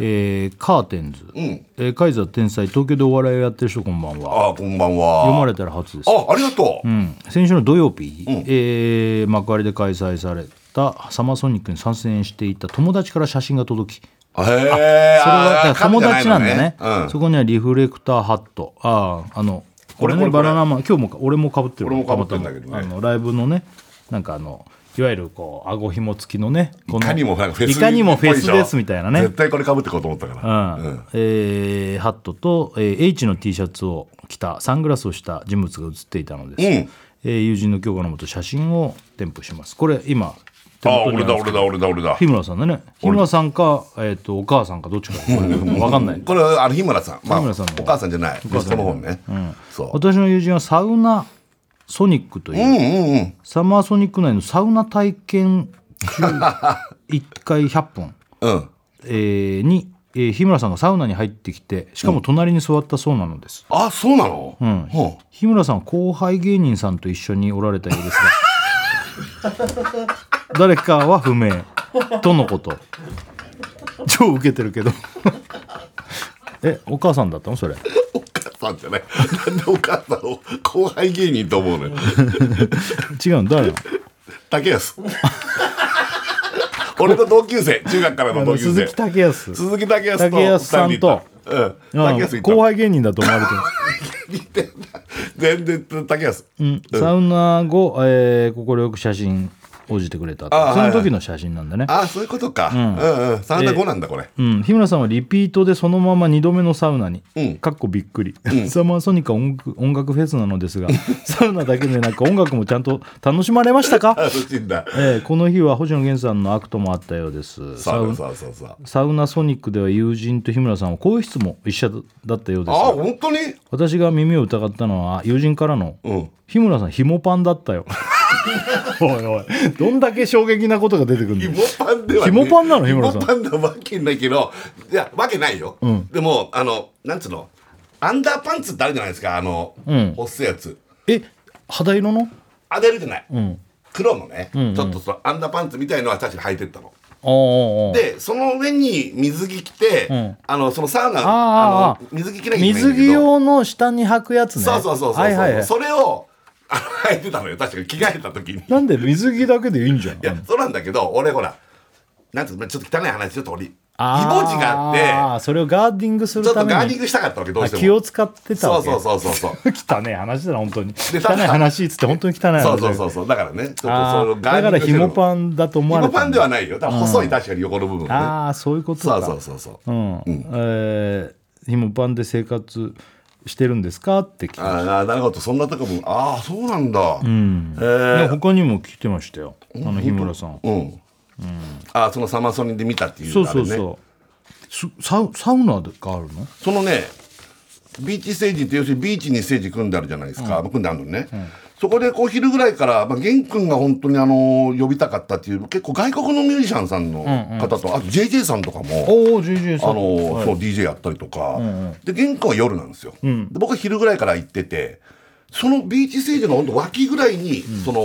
Speaker 1: えーカーテンズ、えーカイザー天才東京でお笑いやってる人こんばんは
Speaker 2: あこんばんは
Speaker 1: 読まれたら初です
Speaker 2: あありがとう、
Speaker 1: うん、先週の土曜日、えー幕張で開催されたサマーソニックに参戦していた友達から写真が届き
Speaker 2: へえ
Speaker 1: それはだから
Speaker 2: あ
Speaker 1: 友達なんだね
Speaker 2: うん、
Speaker 1: そこにはリフレクターハットあああのこれね
Speaker 2: これこ
Speaker 1: バ
Speaker 2: れ
Speaker 1: ナナマン今日もか俺もかぶってる
Speaker 2: 俺も被ってるんだけどね
Speaker 1: たまたまあのライブのねなんかあのいわゆるこう顎ひも付きのねこの
Speaker 2: いかにもなんかフェス
Speaker 1: いかにもフェスですみたいなね
Speaker 2: 絶対これ被ってこうと思ったから、
Speaker 1: うんえーハットと、えー H の T シャツを着たサングラスをした人物が写っていたのです、
Speaker 2: うん
Speaker 1: えー友人の許可のもと写真を添付しますこれ今手
Speaker 2: あ
Speaker 1: 元に
Speaker 2: 俺だ
Speaker 1: ある
Speaker 2: 俺だ俺だ俺だ
Speaker 1: 日村さんだね日村さんか、えー、とお母さんかどっちかこれ分か
Speaker 2: (laughs)
Speaker 1: んない
Speaker 2: これあの日村さん,、まあ、
Speaker 1: 日村さんの
Speaker 2: お母さんじゃない息子の方ね、そう
Speaker 1: 私の友人はサウナソニックという、
Speaker 2: うんうんうん
Speaker 1: サマーソニック内のサウナ体験 (laughs) 中1回100分
Speaker 2: うん
Speaker 1: えーに、えー日村さんがサウナに入ってきてしかも隣に座ったそうなのです、
Speaker 2: あそうなのうん、
Speaker 1: 日村さんは後輩芸人さんと一緒におられたようです (laughs) が誰かは不明とのこと超ウケてるけど (laughs) えお母さんだったのそれ
Speaker 2: お母さんじゃないなんでお母さんを後輩芸人と思うのよ
Speaker 1: 違うの誰なの
Speaker 2: 竹
Speaker 1: (laughs)
Speaker 2: 安俺の同級生中学からの
Speaker 1: あ
Speaker 2: 同
Speaker 1: の
Speaker 2: 級
Speaker 1: 鈴
Speaker 2: 生
Speaker 1: 木武康
Speaker 2: 鈴木竹安と
Speaker 1: 竹安さ
Speaker 2: 二
Speaker 1: んと
Speaker 2: 人いたうん、
Speaker 1: あ
Speaker 2: 竹安いた
Speaker 1: 後輩芸人だと思われて
Speaker 2: 似
Speaker 1: る
Speaker 2: てんな全然竹安、 (laughs)
Speaker 1: サウナ後、えー、快く写真応じてくれたって
Speaker 2: あ
Speaker 1: そ
Speaker 2: はい
Speaker 1: の
Speaker 2: はい
Speaker 1: 時の写真なんだね、
Speaker 2: ああそういうことか、うん、うんサウナ後なんだこれ
Speaker 1: うん、日村さんはリピートでそのまま2度目のサウナに、
Speaker 2: うん
Speaker 1: かっこびっくり、 (laughs) サマーソニカ音楽音楽フェスなのですがサウナだけでなく音楽もちゃんと楽しまれましたか、
Speaker 2: 楽しいんだ
Speaker 1: ええこの日は星野源さんのアクトもあったようです
Speaker 2: サ
Speaker 1: サ
Speaker 2: ウ
Speaker 1: ウ
Speaker 2: ナサウナサウナサウナ
Speaker 1: サウナソニックでは友人と日村さんは更衣室も一緒だったようです
Speaker 2: あ
Speaker 1: が
Speaker 2: 本当に
Speaker 1: 私が耳を疑ったのは友人からの、
Speaker 2: うん
Speaker 1: 日村さんひもパンだ
Speaker 2: (laughs)
Speaker 1: ったよおいおいどんだけ衝撃なことが出てくるんだ
Speaker 2: ひ
Speaker 1: よ
Speaker 2: もパンでは
Speaker 1: ひもパンなの日村さん
Speaker 2: ひもパンなわけないけどいやわけないよ、でもあのなんつうのアンダーパンツってあるじゃないですかあの、
Speaker 1: ん
Speaker 2: 細いやつ
Speaker 1: え肌色の
Speaker 2: あれあるじゃない、
Speaker 1: ん
Speaker 2: 黒のね、ちょっとそのアンダーパンツみたいのは確かに履いてったの
Speaker 1: おーおーおー
Speaker 2: でその上に水着着て、
Speaker 1: ん
Speaker 2: あのそのサウナ
Speaker 1: あー
Speaker 2: の水着着なきゃいけないん
Speaker 1: 水
Speaker 2: だけ
Speaker 1: 着
Speaker 2: ど
Speaker 1: 用の下に履くやつね
Speaker 2: そうそうそうそうそう、
Speaker 1: はいはいはい
Speaker 2: それをあの履いてたのよ確かに着替えた時に
Speaker 1: なんで水着だけでいいんじゃん
Speaker 2: いや、そうなんだけど、俺ほら、なんていうの、ちょっと汚い話、ちょっと俺、イボ
Speaker 1: あー
Speaker 2: 痔があっ
Speaker 1: それをガーディングす
Speaker 2: て、
Speaker 1: る
Speaker 2: ちょっと
Speaker 1: ため
Speaker 2: ガーディン
Speaker 1: に
Speaker 2: グしたかったわけ、どう
Speaker 1: あ
Speaker 2: しても。
Speaker 1: 気を使ってた
Speaker 2: そう
Speaker 1: わけ
Speaker 2: そうそうそうそう。
Speaker 1: 汚ねえ話だな本当に汚い
Speaker 2: ただ
Speaker 1: 話っつって本当に汚い話
Speaker 2: そうそうそううそう。だからね、ちょっとその
Speaker 1: だ
Speaker 2: ガーディ
Speaker 1: か
Speaker 2: ング
Speaker 1: ら
Speaker 2: して
Speaker 1: ひ
Speaker 2: る
Speaker 1: もパンだと思
Speaker 2: ヒ
Speaker 1: われ
Speaker 2: モ
Speaker 1: た
Speaker 2: パンではないよ。だから細い、確かに横の部分がね。
Speaker 1: ああそういうこと
Speaker 2: そ
Speaker 1: か
Speaker 2: うそうそうそう。
Speaker 1: うんえーひもパンで生活してるんですかって聞きまし
Speaker 2: ああ、なるほど。そんなとこも、ああ、そうなんだ。うん。え
Speaker 1: た
Speaker 2: ー
Speaker 1: で他にも聞いてましたよあの日村さん
Speaker 2: うん。ああ、そのサマソニで見たっていう
Speaker 1: そう
Speaker 2: あ
Speaker 1: そ
Speaker 2: れ
Speaker 1: う
Speaker 2: ね
Speaker 1: そうすサウサウナがあるの
Speaker 2: そのねビーチステージって要するにビーチにステージ組んであるじゃないですか、組んであるのね、そこでこう昼ぐらいから、まあ、源君が本当にあの呼びたかったっていう結構外国のミュージシャンさんの方と、あと JJ さんとかも。
Speaker 1: おお JJ
Speaker 2: あ
Speaker 1: さ
Speaker 2: の
Speaker 1: ん
Speaker 2: そう DJ やったりとか、で玄君は夜なんですよ、で僕は昼ぐらいから行っててそのビーチステージの本当脇ぐらいに、その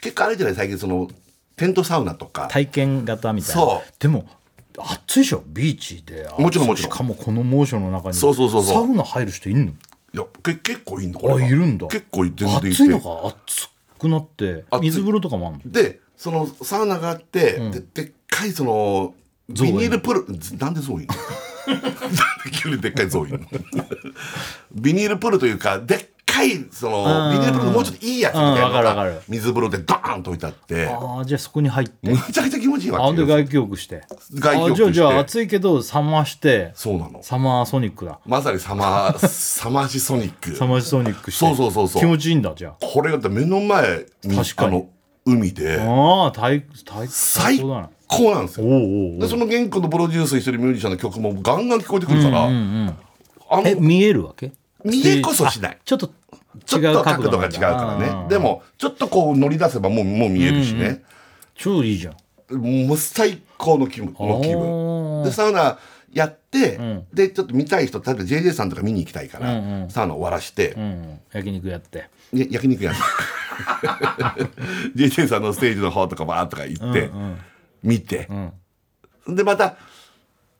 Speaker 2: 結構あれじゃない最近そのテントサウナとか
Speaker 1: 体験型みたいな
Speaker 2: そう
Speaker 1: でも暑いでしょビーチで
Speaker 2: もちろんもちろん
Speaker 1: しかもこの猛暑の中に
Speaker 2: そうそうそうそう
Speaker 1: サウナ入る人いんの
Speaker 2: いやけ結構いいんだこれ
Speaker 1: あ
Speaker 2: が
Speaker 1: いるんだ
Speaker 2: 結構全然いて
Speaker 1: 暑いのか暑くなって
Speaker 2: 暑い
Speaker 1: 水風呂とかもあんの
Speaker 2: でそのサウナがあって、ででっかいその
Speaker 1: ゾウ
Speaker 2: ビ
Speaker 1: イン
Speaker 2: ニールプールなんでゾウイン (laughs) なんで急にでっかいゾウイン (laughs) ビニールプールというかでっかいそのビニールプールのもうちょっといいやつみたいな
Speaker 1: うんわかる
Speaker 2: の
Speaker 1: わか
Speaker 2: が
Speaker 1: る
Speaker 2: 水風呂でドーンと置いてあって
Speaker 1: ああじゃあそこに入って
Speaker 2: むちゃくちゃ気持ちいい
Speaker 1: あ
Speaker 2: わ
Speaker 1: ん
Speaker 2: け
Speaker 1: で
Speaker 2: よ
Speaker 1: 外気浴して
Speaker 2: 外気浴
Speaker 1: あじ
Speaker 2: し
Speaker 1: ゃあ
Speaker 2: て
Speaker 1: じゃあ暑いけど冷まして
Speaker 2: そうなの
Speaker 1: サマーソニックだ
Speaker 2: まさにサマ
Speaker 1: (laughs)
Speaker 2: ーサマーシソニック
Speaker 1: サマーソニックして
Speaker 2: そうそうそうそう
Speaker 1: 気持ちいいんだじゃ
Speaker 2: これがだって目の前に
Speaker 1: 確かに
Speaker 2: あの海で
Speaker 1: あああ体
Speaker 2: 最
Speaker 1: 体最高だな
Speaker 2: 高なんですよ
Speaker 1: おうおうお
Speaker 2: でその原稿のプロデュースしてるミュージシャンの曲もガンガン聞こえてくるから、あ
Speaker 1: うえ
Speaker 2: の
Speaker 1: 見えるわけ
Speaker 2: 見えこそしない
Speaker 1: あちょっと
Speaker 2: ちょっ
Speaker 1: 違う
Speaker 2: と角度が
Speaker 1: なんだ
Speaker 2: 違うから
Speaker 1: あ
Speaker 2: ね
Speaker 1: ー
Speaker 2: でもちょっとこう乗り出せばもうもう見えるしね、
Speaker 1: 超いいじゃん
Speaker 2: もう最高の気分の気
Speaker 1: お
Speaker 2: 分
Speaker 1: ー
Speaker 2: でサウナやって、でちょっと見たい人例えば JJ さんとか見に行きたいから、サウナ終わらして、
Speaker 1: うん、焼肉やって
Speaker 2: ね焼肉 (laughs) 屋 JJ さんのステージの方とかバーッとか行って、見て、でまた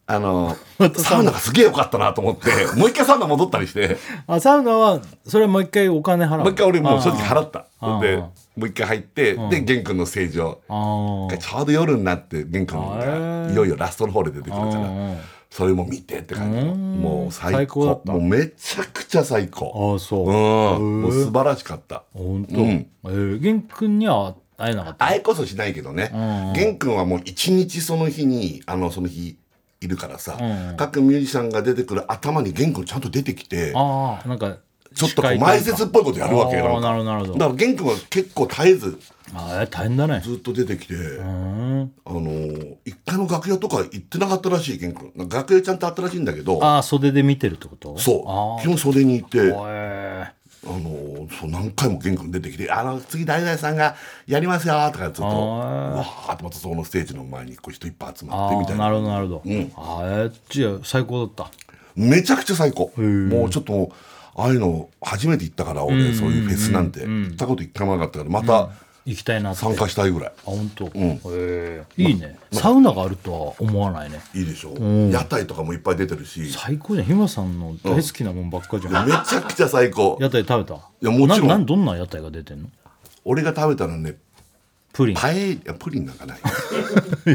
Speaker 2: あ (laughs) のサウナがすげえ良かったなと思ってもう一回サウナ戻ったりして
Speaker 1: あサウナはそれはもう一回お金払う
Speaker 2: もう一回俺もう正直払った
Speaker 1: ああ
Speaker 2: で
Speaker 1: あ
Speaker 2: もう一回入ってで玄君のステージを
Speaker 1: あー
Speaker 2: ちょうど夜になって玄君
Speaker 1: あ
Speaker 2: が
Speaker 1: へえ
Speaker 2: いよいよラストの方で出てくるか
Speaker 1: うんうん
Speaker 2: らそれも見てって感じのもう最
Speaker 1: 最高だっ
Speaker 2: 高
Speaker 1: た
Speaker 2: もうめちゃくちゃ最
Speaker 1: あ
Speaker 2: 高
Speaker 1: ーそう、
Speaker 2: うんもう素晴らしかった
Speaker 1: 本当、
Speaker 2: うん
Speaker 1: えー、玄君には会えなかった
Speaker 2: あえこそしないけどね、玄君はもう一日その日にあのその日いるからさ、各ミュージシャンが出てくる頭に玄君ちゃんと出てきて
Speaker 1: ああなんか
Speaker 2: ちょっとこう前説っぽいことやるわけ
Speaker 1: あ
Speaker 2: よ
Speaker 1: あ
Speaker 2: なんか
Speaker 1: なるほどなるほど
Speaker 2: だから玄君は結構絶えず
Speaker 1: ああ大変だね
Speaker 2: ずっと出てきて、
Speaker 1: う
Speaker 2: あ
Speaker 1: ん
Speaker 2: のー一回も楽屋とか行ってなかったらしい玄君なんか楽屋ちゃんとあったらしいんだけど
Speaker 1: ああ袖で見てるってこと
Speaker 2: そ
Speaker 1: あ
Speaker 2: う基本袖に行って
Speaker 1: あへ
Speaker 2: あのーそう何回も玄君出てきて「あの次誰々さんがやりますよ」とかずっとう
Speaker 1: あー
Speaker 2: わーってまたそのステージの前にこう人いっぱい集ま
Speaker 1: あ
Speaker 2: ってみた
Speaker 1: ー
Speaker 2: い
Speaker 1: な
Speaker 2: な
Speaker 1: るほどなるほど、うん、ああじゃあ最高だった
Speaker 2: めちゃくちゃ最高もうちょっともうああいうの初めて行ったから俺、そういうフェスなんて、行ったこと一回もなかったからまた
Speaker 1: 行きたいなって
Speaker 2: 参加したいぐらい、
Speaker 1: あ本当。へえいいね、サウナがあるとは思わないね
Speaker 2: いいでしょ、屋台とかもいっぱい出てるしめ
Speaker 1: 最高じゃん日村さんの大好きなもんばっかじゃん、
Speaker 2: ちゃくちゃ最高
Speaker 1: 屋台食べた
Speaker 2: やもちろん
Speaker 1: ななんどんな屋台が出てんの
Speaker 2: 俺が食べたのね
Speaker 1: プリン
Speaker 2: パエリアプリンなん
Speaker 1: (laughs)
Speaker 2: かない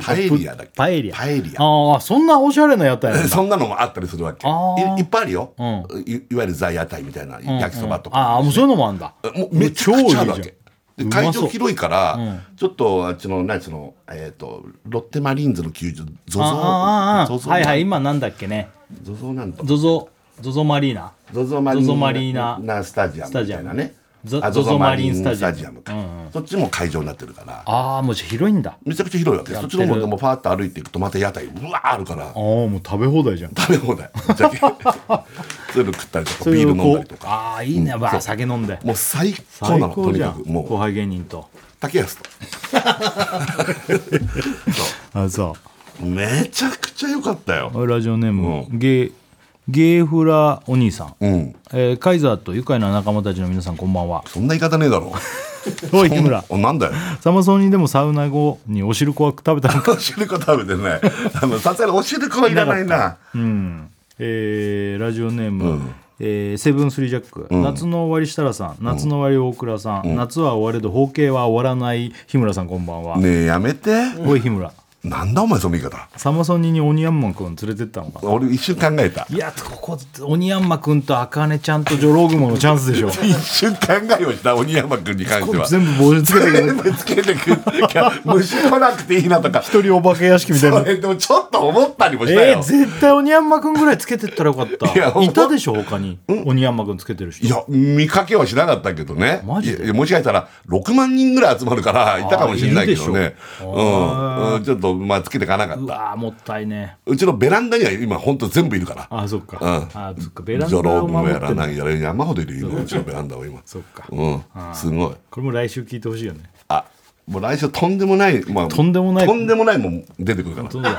Speaker 2: パエリアだっけ
Speaker 1: パエリア
Speaker 2: パエリア
Speaker 1: ああそんなおしゃれな屋台なん
Speaker 2: (laughs)
Speaker 1: だ
Speaker 2: そんなのもあったりするわけ
Speaker 1: あー
Speaker 2: いいっぱいあるよ、
Speaker 1: う
Speaker 2: いいわゆるザ屋台みたいな焼きそばとか、
Speaker 1: ああもうそういうのもあんだ
Speaker 2: もうめちゃくちゃあるわけ
Speaker 1: もう超いいじ
Speaker 2: で
Speaker 1: まそう
Speaker 2: 会場広いから、ちょっとあっちの何そのえっ、とロッテマリーンズの球場ゾゾ
Speaker 1: ああああ
Speaker 2: ゾゾ
Speaker 1: はいはい今なんだっけね
Speaker 2: ゾゾなんと
Speaker 1: ゾゾゾゾマリーナ
Speaker 2: ゾゾマリー
Speaker 1: ゾゾマリーナ
Speaker 2: なスタジアムみたいなね
Speaker 1: スタジア
Speaker 2: あ
Speaker 1: ムゾゾマリーンスタジアム
Speaker 2: か、そっちも会場になってるから
Speaker 1: ああもうじゃあ広いんだ
Speaker 2: めちゃくちゃ広いわけそっちの方もでもパーッと歩いていくとまた屋台うわーあるから
Speaker 1: ああもう食べ放題じゃん
Speaker 2: 食べ放題ぶっち
Speaker 1: (laughs)
Speaker 2: ゃけそういうの食ったりとかビール飲んだりとか
Speaker 1: ああいいね、ま
Speaker 2: そ
Speaker 1: あ
Speaker 2: う
Speaker 1: 酒飲んで
Speaker 2: もう最高
Speaker 1: 最
Speaker 2: なのと
Speaker 1: 高
Speaker 2: に
Speaker 1: じゃ
Speaker 2: か
Speaker 1: ん
Speaker 2: く
Speaker 1: 後
Speaker 2: もう
Speaker 1: 輩芸人と
Speaker 2: 竹安と
Speaker 1: あそ
Speaker 2: めちゃくちゃ良かったよ
Speaker 1: うラジオネーム、ゲーゲーフラお兄さん、
Speaker 2: うん
Speaker 1: えーカイザーと愉快な仲間たちの皆さんこんばんは
Speaker 2: そんな言い方ねえだろ
Speaker 1: おい日村
Speaker 2: お (laughs) なんだよ
Speaker 1: サマソニーでもサウナ後にお汁粉は食べたのか
Speaker 2: おしるこ食べてないあのさすがにおしるこはいらないな
Speaker 1: うんえーラジオネーム、
Speaker 2: ん
Speaker 1: えーセブンスリージャック、夏の終わり設楽さん夏の終わり大倉さん、夏は終われど包茎は終わらない日村さんこんばんは、
Speaker 2: ねえやめて
Speaker 1: おい日村
Speaker 2: なんだお前その言い方
Speaker 1: サマソニーにオニヤンマン君連れてったのか
Speaker 2: 俺一瞬考えた
Speaker 1: いやここオニヤンマ君とアカネちゃんとジョロウグモのチャンスでし (laughs) ょ
Speaker 2: 一瞬考えをした鬼山君に関しては
Speaker 1: 全部帽子つけてくれ
Speaker 2: 全部つけてくる虫来なくていいなとか
Speaker 1: (laughs) 一人お化け屋敷みたい
Speaker 2: そ
Speaker 1: な
Speaker 2: れでもちょっと思ったりもした
Speaker 1: えー、
Speaker 2: よ、
Speaker 1: 絶対オニヤンマ君ぐらいつけてったらよかった
Speaker 2: いや
Speaker 1: いたでしょ他に、オニヤンマ君つけてる人
Speaker 2: いや見かけはしなかったけどね
Speaker 1: マジで
Speaker 2: いやいやもしかしたら6万人ぐらい集まるからいたかもしれないけど
Speaker 1: あーいる
Speaker 2: ねうん、うん、ちょっとまあつけてかなかっ
Speaker 1: う
Speaker 2: た
Speaker 1: わーもったいね
Speaker 2: うちのベランダには今ほんと全部いるから
Speaker 1: あそっか、
Speaker 2: うん
Speaker 1: あそっかベラン
Speaker 2: ジョ
Speaker 1: ダ
Speaker 2: ロ
Speaker 1: を
Speaker 2: ーも
Speaker 1: 守っ
Speaker 2: や
Speaker 1: て
Speaker 2: ら
Speaker 1: る
Speaker 2: ないやら山ほどいる今うちのベランダは今
Speaker 1: そっか (laughs)
Speaker 2: うんすごい
Speaker 1: これも来週聞いてほしいよね
Speaker 2: あもう来週とんでもない、まあ、
Speaker 1: とんでもない
Speaker 2: とんでもないもん出てくるから
Speaker 1: (laughs) そうだね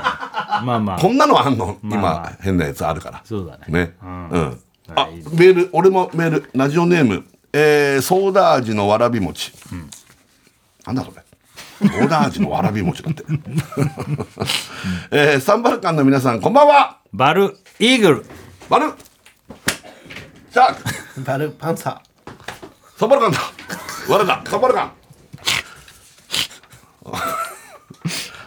Speaker 1: まあまあ
Speaker 2: こんなのあんの、
Speaker 1: まあまあ
Speaker 2: 今変なやつあるから
Speaker 1: そうだね
Speaker 2: ね
Speaker 1: う
Speaker 2: うんん、
Speaker 1: は
Speaker 2: あ
Speaker 1: い
Speaker 2: メール俺もメールラジオネーム、えーソーダ味のわらび餅、なんだそれソーダ味のわらび餅 (laughs) だって、えーサンバルカンの皆さんこんばんは
Speaker 1: バルイーグル
Speaker 2: バルシャーク
Speaker 3: バルパンサ
Speaker 2: サンバルカンだわらだサンバルカン (laughs)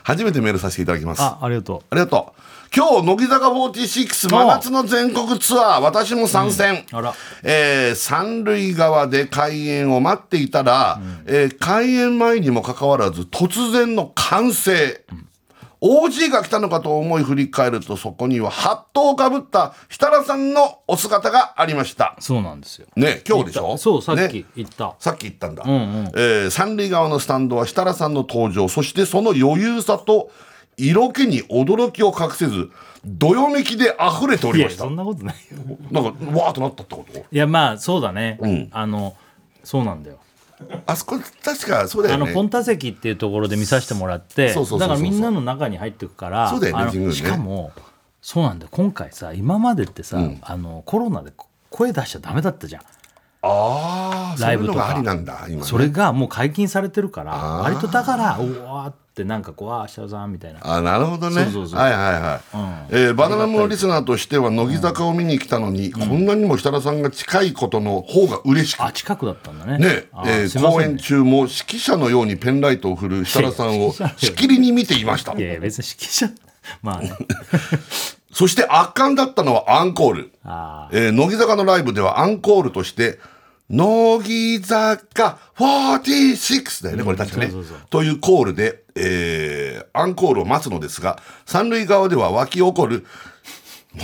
Speaker 2: 初めてメールさせていただきます
Speaker 1: あありがと
Speaker 2: ありがとう。今日、乃木坂46真夏の全国ツアー、私も参戦。
Speaker 1: うんあら
Speaker 2: えー三塁側で開演を待っていたら、えー開演前にもかかわらず、突然の歓声。OG が来たのかと思い振り返ると、そこには、ハットをかぶった設楽さんのお姿がありました
Speaker 1: う。そうなんですよ
Speaker 2: ね、今日でしょ
Speaker 1: そうさっ
Speaker 2: ね
Speaker 1: き言った、
Speaker 2: さっき言ったんだ、
Speaker 1: んうん
Speaker 2: えー三塁側のスタンドは設楽さんの登場そしてその余裕さと色気に驚きを隠せずどよめきで溢れてお
Speaker 1: い
Speaker 2: りま
Speaker 1: や
Speaker 2: した
Speaker 1: そんなことないよ
Speaker 2: なんかわーっとなったってこと
Speaker 1: いやまあそうだね、あのそうなんだよ
Speaker 2: あそこ確かそうだ
Speaker 1: あ
Speaker 2: よ
Speaker 1: の
Speaker 2: ね
Speaker 1: ポンタ席っていうところで見させてもらって
Speaker 2: そうそうそうそう
Speaker 1: だからみんなの中に入ってくから
Speaker 2: そうだよね
Speaker 1: あの
Speaker 2: 神宮ね
Speaker 1: しかもそうなんだよ今回さ今までってさ、あのコロナで声出しちゃダメだったじゃん
Speaker 2: ああそう
Speaker 1: ラ
Speaker 2: い
Speaker 1: イ
Speaker 2: う
Speaker 1: ブ
Speaker 2: の
Speaker 1: と
Speaker 2: が
Speaker 1: か
Speaker 2: ありなんだ今、ね、
Speaker 1: それがもう解禁されてるから
Speaker 2: あー
Speaker 1: 割とだからうわーってなんかこうああ設楽さんみたいな
Speaker 2: あなるほどね
Speaker 1: そうそうそう
Speaker 2: はいはいはい、えーバナナムのリスナーとしては乃木坂を見に来たのに、こんなにも設楽さんが近いことの方が嬉しく
Speaker 1: あ近くだったんだね
Speaker 2: ね
Speaker 1: あ
Speaker 2: えー
Speaker 1: すいま
Speaker 2: 公
Speaker 1: せん
Speaker 2: 演
Speaker 1: ね
Speaker 2: 中も指揮者のようにペンライトを振る設楽さんをしきりに見ていました
Speaker 1: いやいや別に指揮者 (laughs) まあね
Speaker 2: そして圧巻だったのはアンコール、
Speaker 1: あー
Speaker 2: えー乃木坂のライブではアンコールとして乃木坂46だよね、これ確かね。
Speaker 1: そうそうそう
Speaker 2: というコールで、えーアンコールを待つのですが、三塁側では湧き起こる、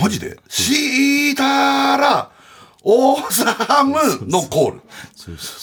Speaker 2: マジで、シータラ、オーサムのコール。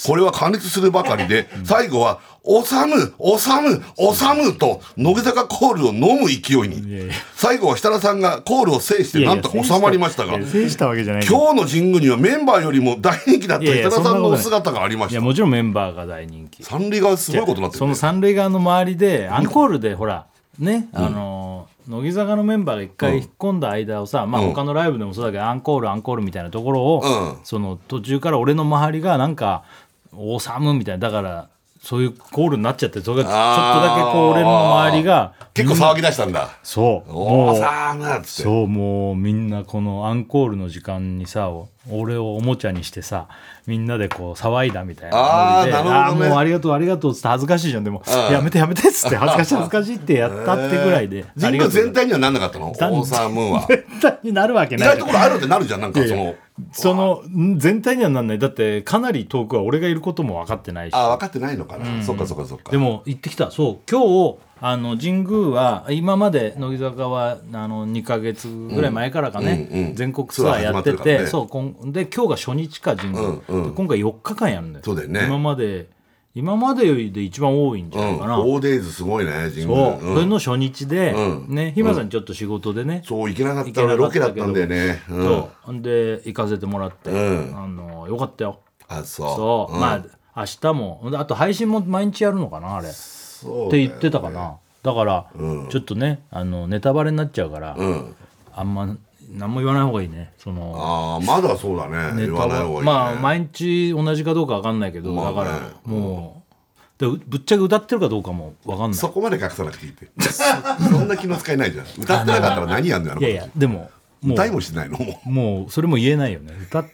Speaker 2: これは加熱するばかりで、最後は、おさむ、おさむ、おさむと、乃木坂コールを飲む勢いに。最後は設楽さんがコールを制して、なんとか収まりましたが
Speaker 1: いやい、や制したわけじゃないけど
Speaker 2: 今日の神宮にはメンバーよりも大人気だった
Speaker 1: いやい
Speaker 2: 設楽
Speaker 1: や
Speaker 2: さんの
Speaker 1: そんなこと
Speaker 2: お
Speaker 1: ない
Speaker 2: 姿がありま
Speaker 1: い
Speaker 2: し
Speaker 1: や
Speaker 2: た。
Speaker 1: もちろんメンバーが大人気
Speaker 2: 三塁側すごいことになってる
Speaker 1: その
Speaker 2: ね。
Speaker 1: 三塁側の周りでアンコールでほらね、あの乃木坂のメンバーが一回引っ込んだ間をさ、まあ
Speaker 2: うん
Speaker 1: 他のライブでもそうだけどアンコールアンコールみたいなところを、
Speaker 2: うん
Speaker 1: その途中から俺の周りがなんか「オーサム」みたいなだからそういうコールになっちゃってそれがちょっとだけこう
Speaker 2: あー
Speaker 1: 俺の周りが
Speaker 2: 結構騒ぎ出したんだ。
Speaker 1: そう
Speaker 2: お
Speaker 1: も
Speaker 2: ー
Speaker 1: う
Speaker 2: さーなっつって。
Speaker 1: そうもうみんなこのアンコールの時間にさお俺をおもちゃにしてさみんなでこう騒いだみたいなノリで
Speaker 2: あーなるほどね
Speaker 1: あーもうありがとうありがとうっつって恥ずかしいじゃんでも
Speaker 2: うん
Speaker 1: やめてやめてっ
Speaker 2: (laughs)
Speaker 1: つって恥ずかしい恥ずかしいってやったってぐらいで、あ
Speaker 2: 神
Speaker 1: り
Speaker 2: 宮
Speaker 1: がとう
Speaker 2: 全体にはなんなかったのオ
Speaker 1: 全体
Speaker 2: ーサムーンは。
Speaker 1: (laughs) 絶対になるわけ
Speaker 2: 意
Speaker 1: ない
Speaker 2: 外とこれあるってなるじゃん、なんかその、
Speaker 1: そのん全体にはなんないだってかなり遠くは俺がいることも分かってないし
Speaker 2: あ分かってないのかな、そっかそっかそっか
Speaker 1: でも行ってきたそう今日あの神宮は今まで乃木坂はあの2か月ぐらい前からかね、
Speaker 2: うんうんうん
Speaker 1: 全国ツアーやってて
Speaker 2: ツアー始まってるからね
Speaker 1: そうこんで今日が初日か神宮、
Speaker 2: うんうん
Speaker 1: で今回4日間やるんだよ
Speaker 2: そうだよね
Speaker 1: 今まで今までよりで一番多いんじゃないかな、
Speaker 2: うん、オーデイズすごいね神宮
Speaker 1: そう、
Speaker 2: うん
Speaker 1: それの初日で、
Speaker 2: うん
Speaker 1: ね日村さんちょっと仕事でね、
Speaker 2: そう行けなかっ
Speaker 1: 行け
Speaker 2: た
Speaker 1: なか
Speaker 2: 俺
Speaker 1: った
Speaker 2: ロケだったんだよねう
Speaker 1: そ
Speaker 2: ん
Speaker 1: うほんで行かせてもらって、
Speaker 2: うん
Speaker 1: あのよかったよ
Speaker 2: あそう
Speaker 1: そう、
Speaker 2: ん
Speaker 1: まあ明日もほんであと配信も毎日やるのかなあれ
Speaker 2: そう
Speaker 1: っ
Speaker 2: だ
Speaker 1: て
Speaker 2: よ
Speaker 1: 言ってたかなだから、
Speaker 2: うん
Speaker 1: ちょっとねあのネタバレになっちゃうから、
Speaker 2: うん
Speaker 1: あんま何も言わない方がいいねその
Speaker 2: ああまだそうだね
Speaker 1: ネタ
Speaker 2: 言わ
Speaker 1: は
Speaker 2: ない方がいい、ね、
Speaker 1: まあ毎日同じかどうかわかんないけど、
Speaker 2: まあね
Speaker 1: だからもう、でぶっちゃけ歌ってるかどうかもわかんない
Speaker 2: そこまで隠さなくていいって (laughs) そんな気の使いないじゃん歌ってなかったら何やんのやろ
Speaker 1: いやいやでもも
Speaker 2: 歌いうもしないのも
Speaker 1: もうそれも言えないよね歌っ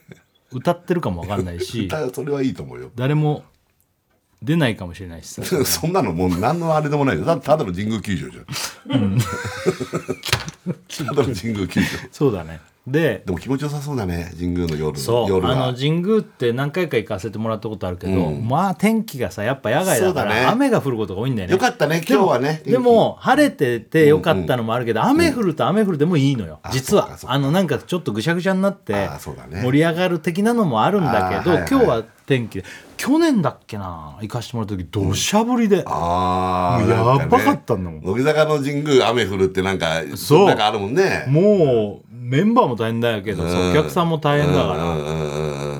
Speaker 1: 歌ってるかもわかんないうし
Speaker 2: 歌それはいいと思うよ (laughs)
Speaker 1: 誰も出ないかもしれないしさ
Speaker 2: そんなのもう何のあれでもないじゃんたただの神宮球場じゃん (laughs) ただの神宮球場
Speaker 1: そうだねで
Speaker 2: でも気持ちよさそうだね神宮の夜の
Speaker 1: そう
Speaker 2: 夜
Speaker 1: あ
Speaker 2: は
Speaker 1: の神宮って何回か行かせてもらったことあるけど、まあ天気がさやっぱ野外だから
Speaker 2: そうだね
Speaker 1: 雨が降ることが多いんだよね
Speaker 2: よかったね今日はね
Speaker 1: でも晴れててよかったのもあるけど、雨降ると雨降るでもいいのよ、
Speaker 2: あそ
Speaker 1: 実
Speaker 2: っ
Speaker 1: は
Speaker 2: かそっか
Speaker 1: あのなんかちょっとぐしゃぐしゃになって
Speaker 2: あそうだね
Speaker 1: 盛り上がる的なのもあるんだけど、
Speaker 2: あはいはい
Speaker 1: 今日は天気で去年だっけな行かしてもらった時どしゃ降りで、
Speaker 2: ああ、
Speaker 1: もう
Speaker 2: なん
Speaker 1: やばかったんだもん
Speaker 2: ね、乃木坂の神宮雨降るってなんか
Speaker 1: そう
Speaker 2: なんかあるもんね
Speaker 1: もうメンバーも大変だけどさ、
Speaker 2: うん
Speaker 1: お客さんも大変だから、
Speaker 2: うんうんう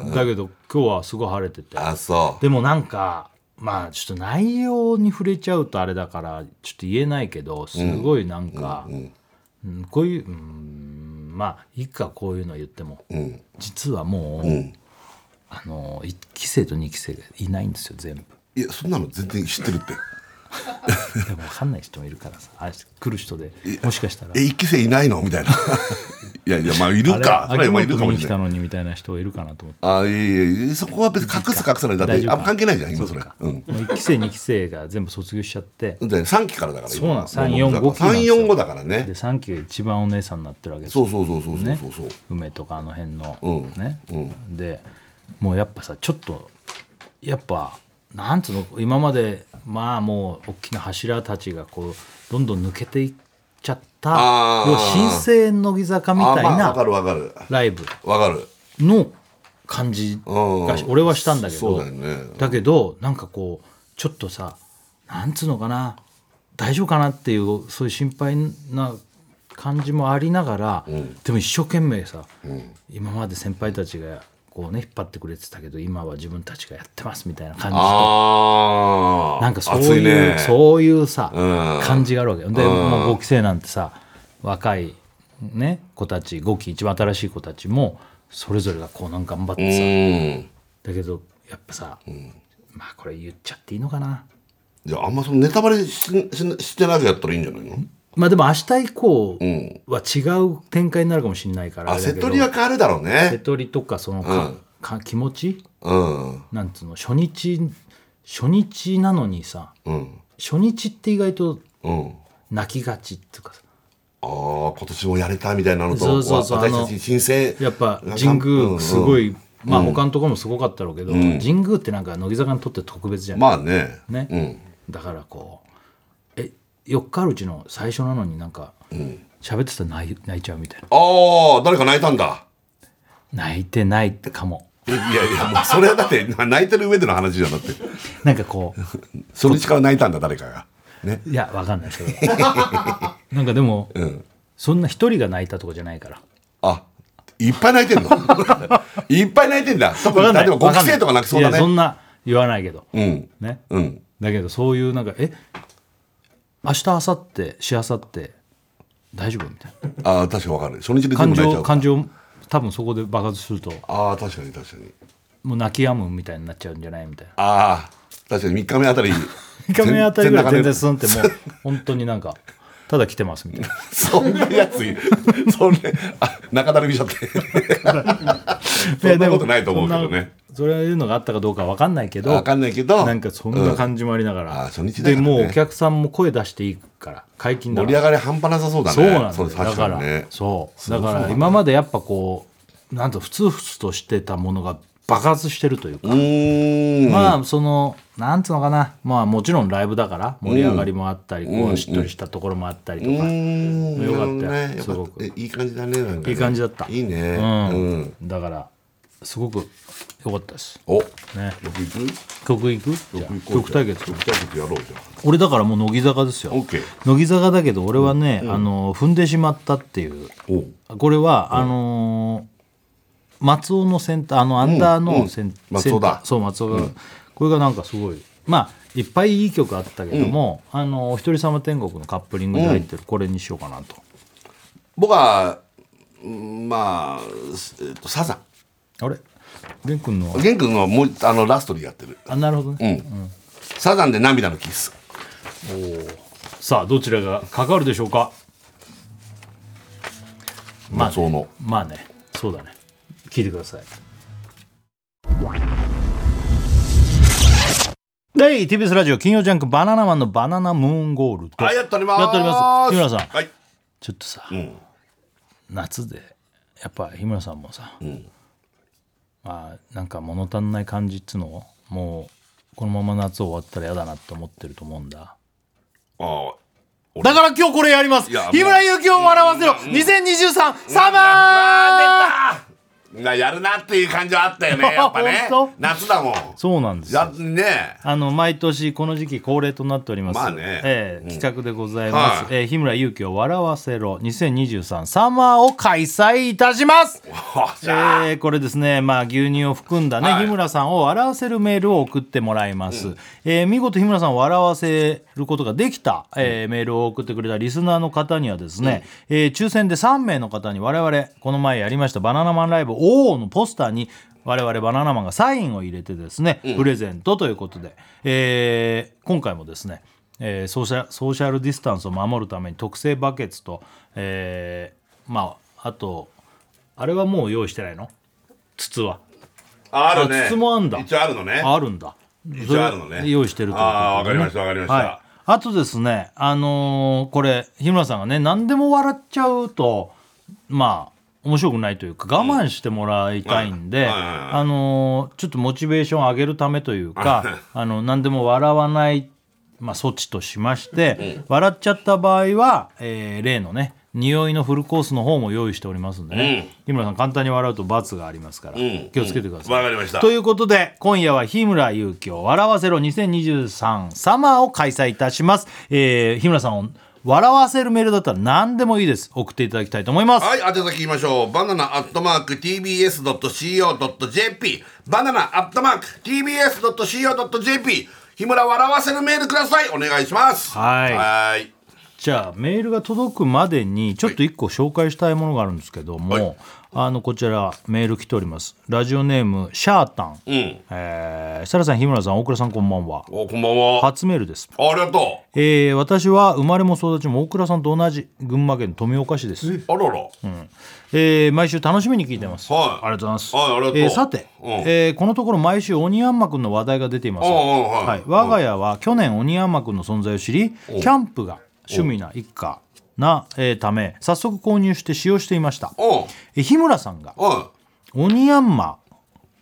Speaker 2: んうん
Speaker 1: だけど今日はすごい晴れてて
Speaker 2: あそう
Speaker 1: でもなんかまあちょっと内容に触れちゃうとあれだからちょっと言えないけどすごいなんか、うんこういう、うん、まあいいかこういうの言っても
Speaker 2: うん
Speaker 1: 実はもう、
Speaker 2: うん
Speaker 1: あの1期生と2期生がいないんですよ全部
Speaker 2: いやそんなの全然知ってるって
Speaker 1: でも分かんない人もいるからさあ来る人でもしかしたら
Speaker 2: え一期生いないのみたいな (laughs) いやいやまあいるか
Speaker 1: あ
Speaker 2: それ
Speaker 1: れ
Speaker 2: はまあい
Speaker 1: 秋
Speaker 2: る
Speaker 1: 元
Speaker 2: かも
Speaker 1: 見に
Speaker 2: し
Speaker 1: 来
Speaker 2: れな
Speaker 1: た
Speaker 2: い
Speaker 1: のにみたいな人がいるかなと思って。
Speaker 2: あいやいやそこは別に隠す隠さないだって
Speaker 1: 大丈夫
Speaker 2: あ関係ないじゃん今それうん
Speaker 1: もう1期生2期生が全部卒業しちゃって
Speaker 2: だって三期からだから
Speaker 1: そうなん三四五期なんですよ
Speaker 2: 345だから
Speaker 1: で
Speaker 2: ね
Speaker 1: 3期が一番お姉さんになってるわけですよ
Speaker 2: そうそうそうそうそうそうそう、
Speaker 1: 梅とかあの辺の、
Speaker 2: うん
Speaker 1: ね、でもうやっぱさちょっとやっぱなんつうの今までまあもう大きな柱たちがこうどんどん抜けていっちゃった
Speaker 2: あー
Speaker 1: 要は新生乃木坂み
Speaker 2: あ
Speaker 1: たい
Speaker 2: まあわか
Speaker 1: な
Speaker 2: るわかる
Speaker 1: ライブ
Speaker 2: わかる
Speaker 1: の感じがし
Speaker 2: うん
Speaker 1: 俺はしたんだけ
Speaker 2: そう
Speaker 1: ど
Speaker 2: だよね
Speaker 1: だけどなんかこうちょっとさなんつうのかな大丈夫かなっていうそういう心配な感じもありながら、でも一生懸命さ、今まで先輩たちがこうね引っ張ってくれてたけど今は自分たちがやってますみたいな感じと
Speaker 2: ああ
Speaker 1: なんかそう
Speaker 2: 熱い
Speaker 1: いう
Speaker 2: ね
Speaker 1: そういうさ、
Speaker 2: うん
Speaker 1: 感じがあるわけよでもう5期生なんてさ若い、ね、子たち5期一番新しい子たちもそれぞれがこうなんか頑張って
Speaker 2: う
Speaker 1: さ、
Speaker 2: ん
Speaker 1: だけどやっぱさ、まあこれ言っちゃっていいのかな
Speaker 2: じゃああんまそのネタバレしししてなきゃやったらいいんじゃないの
Speaker 1: まあでも明日以降
Speaker 2: ん
Speaker 1: は違う展開になるかもしれないから
Speaker 2: あ
Speaker 1: れだ
Speaker 2: セ
Speaker 1: け
Speaker 2: ッ
Speaker 1: ど
Speaker 2: トリは変わるだろう
Speaker 1: 瀬
Speaker 2: ね
Speaker 1: 戸利とかそのか、か気持ち
Speaker 2: うん
Speaker 1: なんつうの初日初日なのにさ
Speaker 2: うん
Speaker 1: 初日って意外と
Speaker 2: うん
Speaker 1: 泣きがちっていうかさ
Speaker 2: ああ今年もやれたみたいなのと
Speaker 1: そうそうそう
Speaker 2: わ私たち申請
Speaker 1: やっぱ神宮すご
Speaker 2: い、
Speaker 1: い、まあ他のところもすごかったろうけど、神宮ってなんか乃木坂にとって特別じゃ
Speaker 2: うん
Speaker 1: ん、
Speaker 2: まあね
Speaker 1: ね、だからこうえ4日あるうちの最初なのになんか喋、ってたら泣い泣いちゃうみたいな
Speaker 2: ああ誰か泣いたんだ
Speaker 1: 泣いてないってかも
Speaker 2: いやいやもうそれはだってな泣いてる上での話じゃな
Speaker 1: (laughs)
Speaker 2: くて
Speaker 1: なんかこ
Speaker 2: (laughs) 初日から泣いたんだ誰かがね
Speaker 1: ういやわかんないですけどなんかでも、そんな一人が泣いたとかじゃないから
Speaker 2: あいっぱい泣いてんの
Speaker 1: (laughs)
Speaker 2: いっぱい泣いてんだ多
Speaker 1: わか
Speaker 2: 分
Speaker 1: んな
Speaker 2: 例
Speaker 1: い
Speaker 2: えば
Speaker 1: わ
Speaker 2: 5
Speaker 1: か
Speaker 2: 期
Speaker 1: んない
Speaker 2: 生とか泣きそうだ
Speaker 1: いやそん
Speaker 2: ね
Speaker 1: な言わないけど、
Speaker 2: うん
Speaker 1: ね
Speaker 2: うん
Speaker 1: だけどそういうなんかえ明日明後日しあさって大丈夫みたいな
Speaker 2: ああ確かにわかる初日で全
Speaker 1: 感
Speaker 2: 部泣いちゃ
Speaker 1: 情
Speaker 2: うから
Speaker 1: 感情多分そこで爆発すると
Speaker 2: ああ確かに確かに
Speaker 1: もう泣き止むみたいになっちゃうんじゃないみたいな
Speaker 2: ああ確かに3日目あたり
Speaker 1: 3日目あたりぐらい全然
Speaker 2: そ
Speaker 1: すんってもう本当になんかただ来てますみたいな
Speaker 2: そんなやついるそんなあ中だるみしちゃって
Speaker 1: (laughs)
Speaker 2: そんなことないと思うけどね
Speaker 1: そんなそれいうのがあったかどうかわかんないけど
Speaker 2: わかんないけど
Speaker 1: なんかそんな感じもありながら、
Speaker 2: うんあ初日だからね
Speaker 1: でもうお客さんも声出していいから解禁だ
Speaker 2: 盛
Speaker 1: か
Speaker 2: り上
Speaker 1: ら
Speaker 2: がり半端なさそうだね
Speaker 1: そうなんだよ
Speaker 2: れ
Speaker 1: だ
Speaker 2: 確
Speaker 1: か
Speaker 2: からにね
Speaker 1: そう
Speaker 2: そう
Speaker 1: だ
Speaker 2: そうな
Speaker 1: か
Speaker 2: んだ
Speaker 1: ら
Speaker 2: よ
Speaker 1: 今までやっぱこうなんとふつふつとしてたものが爆発してるというか、
Speaker 2: うーん
Speaker 1: まあそのなんつうのかなまあもちろんライブだから盛り上がりもあったり、こうしっとりしたところもあったりとか、
Speaker 2: うん
Speaker 1: よかったよ
Speaker 2: なるほどね
Speaker 1: すごく
Speaker 2: よかったえいい感じだねなんかね
Speaker 1: いい感じだった
Speaker 2: いいね
Speaker 1: うん
Speaker 2: うん
Speaker 1: だからすごくよかったです
Speaker 2: およ
Speaker 1: ね
Speaker 2: く行く
Speaker 1: 曲いくじゃあ曲対決
Speaker 2: 曲対決やろうじゃ
Speaker 1: 俺だからもう乃木坂ですよ
Speaker 2: オッケー
Speaker 1: 乃木坂だけど俺はね、あの踏んでしまったっていう
Speaker 2: おう
Speaker 1: これは、あのー松尾のセンターあのアンダーのセン,、
Speaker 2: うん
Speaker 1: セ
Speaker 2: 松
Speaker 1: ンタ
Speaker 2: 尾
Speaker 1: ー
Speaker 2: だ
Speaker 1: そう松尾が、これがなんかすごいまあいっぱいいい曲あったけども、あのお一人様天国のカップリングで入ってる、これにしようかなと
Speaker 2: 僕はうんまあすえっとサザ
Speaker 1: あれ玄君の
Speaker 2: ン玄君はもうあのラストでやってる
Speaker 1: あなるほどね、
Speaker 2: サザンで涙のキス
Speaker 1: さあどちらがかかるでしょうかまあね
Speaker 2: 松尾の
Speaker 1: まあねそうだね聞いてくださいはい、TBS ラジオ金曜ジャンク「バナナマンのバナナムーンゴールド」
Speaker 2: はいやっております
Speaker 1: やっております日村さん、
Speaker 2: はい
Speaker 1: ちょっとさ、
Speaker 2: ん
Speaker 1: 夏でやっぱ日村さんもさ、まあなんか物足んない感じっつのをもうこのまま夏終わったら嫌だなって思ってると思うんだ
Speaker 2: あ
Speaker 1: だから今日これやります
Speaker 2: いや
Speaker 1: 日村勇紀を笑わせろ2023サマー
Speaker 2: あ出たなやるなっていう感じはあったよ
Speaker 1: (laughs)
Speaker 2: ねやっぱね
Speaker 1: 本当
Speaker 2: 夏だもん
Speaker 1: そうなんですよ
Speaker 2: やね
Speaker 1: あの毎年この時期恒例となっております、
Speaker 2: まあね
Speaker 1: ええ企画でございます、
Speaker 2: はい
Speaker 1: ええ日村勇紀を笑わせろ2023サマーを開催いたします
Speaker 2: は
Speaker 1: えーこれですね、まあ、牛乳を含んだね、
Speaker 2: はい
Speaker 1: 日村さんを笑わせるメールを送ってもらいます、えー見事日村さんを笑わせることができた、えーメールを送ってくれたリスナーの方にはですね、えー抽選で3名の方に我々この前やりました「バナナマンライブ o のポスターに我々バナナマンがサインを入れてですね、プレゼントということで、えー今回もですね、えーソーシャソーシャルディスタンスを守るために特製バケツと、えーまああとあれはもう用意してないの筒は
Speaker 2: あるね
Speaker 1: あ筒もあんだ
Speaker 2: 一応あるのね
Speaker 1: あるんだ
Speaker 2: 一応あるのね
Speaker 1: それ用意してるということで
Speaker 2: あーわかりましたわかりました
Speaker 1: はい、あとですねあのーこれ日村さんがね何でも笑っちゃうとまあ面白くないというか我慢してもらいたいんで、
Speaker 2: うんはいはいはい
Speaker 1: あのーちょっとモチベーションを上げるためというか (laughs) あの何でも笑わない、まあ、措置としまして、笑っちゃった場合は、えー例のね匂いのフルコースの方も用意しておりますんでね、日村さん簡単に笑うと罰がありますから、
Speaker 2: ん
Speaker 1: 気をつけてください。
Speaker 2: わかりました
Speaker 1: ということで今夜は日村勇紀を笑わせろ2023サマーを開催いたします、えー日村さんを笑わせるメールだったら何でもいいです送っていただきたいと思います
Speaker 2: はい、宛先言いましょう。バナナアットマーク tbs.co.jp。バナナアットマーク tbs.co.jp。日村笑わせるメールください。お願いします。
Speaker 1: はい
Speaker 2: はーい。
Speaker 1: じゃあメールが届くまでにちょっと一個紹介したいものがあるんですけども、
Speaker 2: はい
Speaker 1: あのこちらメール来ておりますラジオネームシャータン、
Speaker 2: うん。
Speaker 1: えー設楽さん日村さん大倉さんこんばんは
Speaker 2: お、こんばんは。
Speaker 1: 初メールです
Speaker 2: ありがと
Speaker 1: えー私は生まれも育ちも大倉さんと同じ群馬県富岡市です
Speaker 2: う。あらら。
Speaker 1: えー毎週楽しみに聞いてます、
Speaker 2: はい
Speaker 1: ありがとうございます、
Speaker 2: はいありがとう
Speaker 1: えーさて、
Speaker 2: うん
Speaker 1: えーこのところ毎週オニヤンマくんの話題が出ています
Speaker 2: うんうんはい
Speaker 1: 我が家は去年オニヤンマくんの存在を知りキャンプが趣味な一家な、えーため早速購入して使用していました
Speaker 2: うん。
Speaker 1: え日村さんが
Speaker 2: は
Speaker 1: オニヤンマ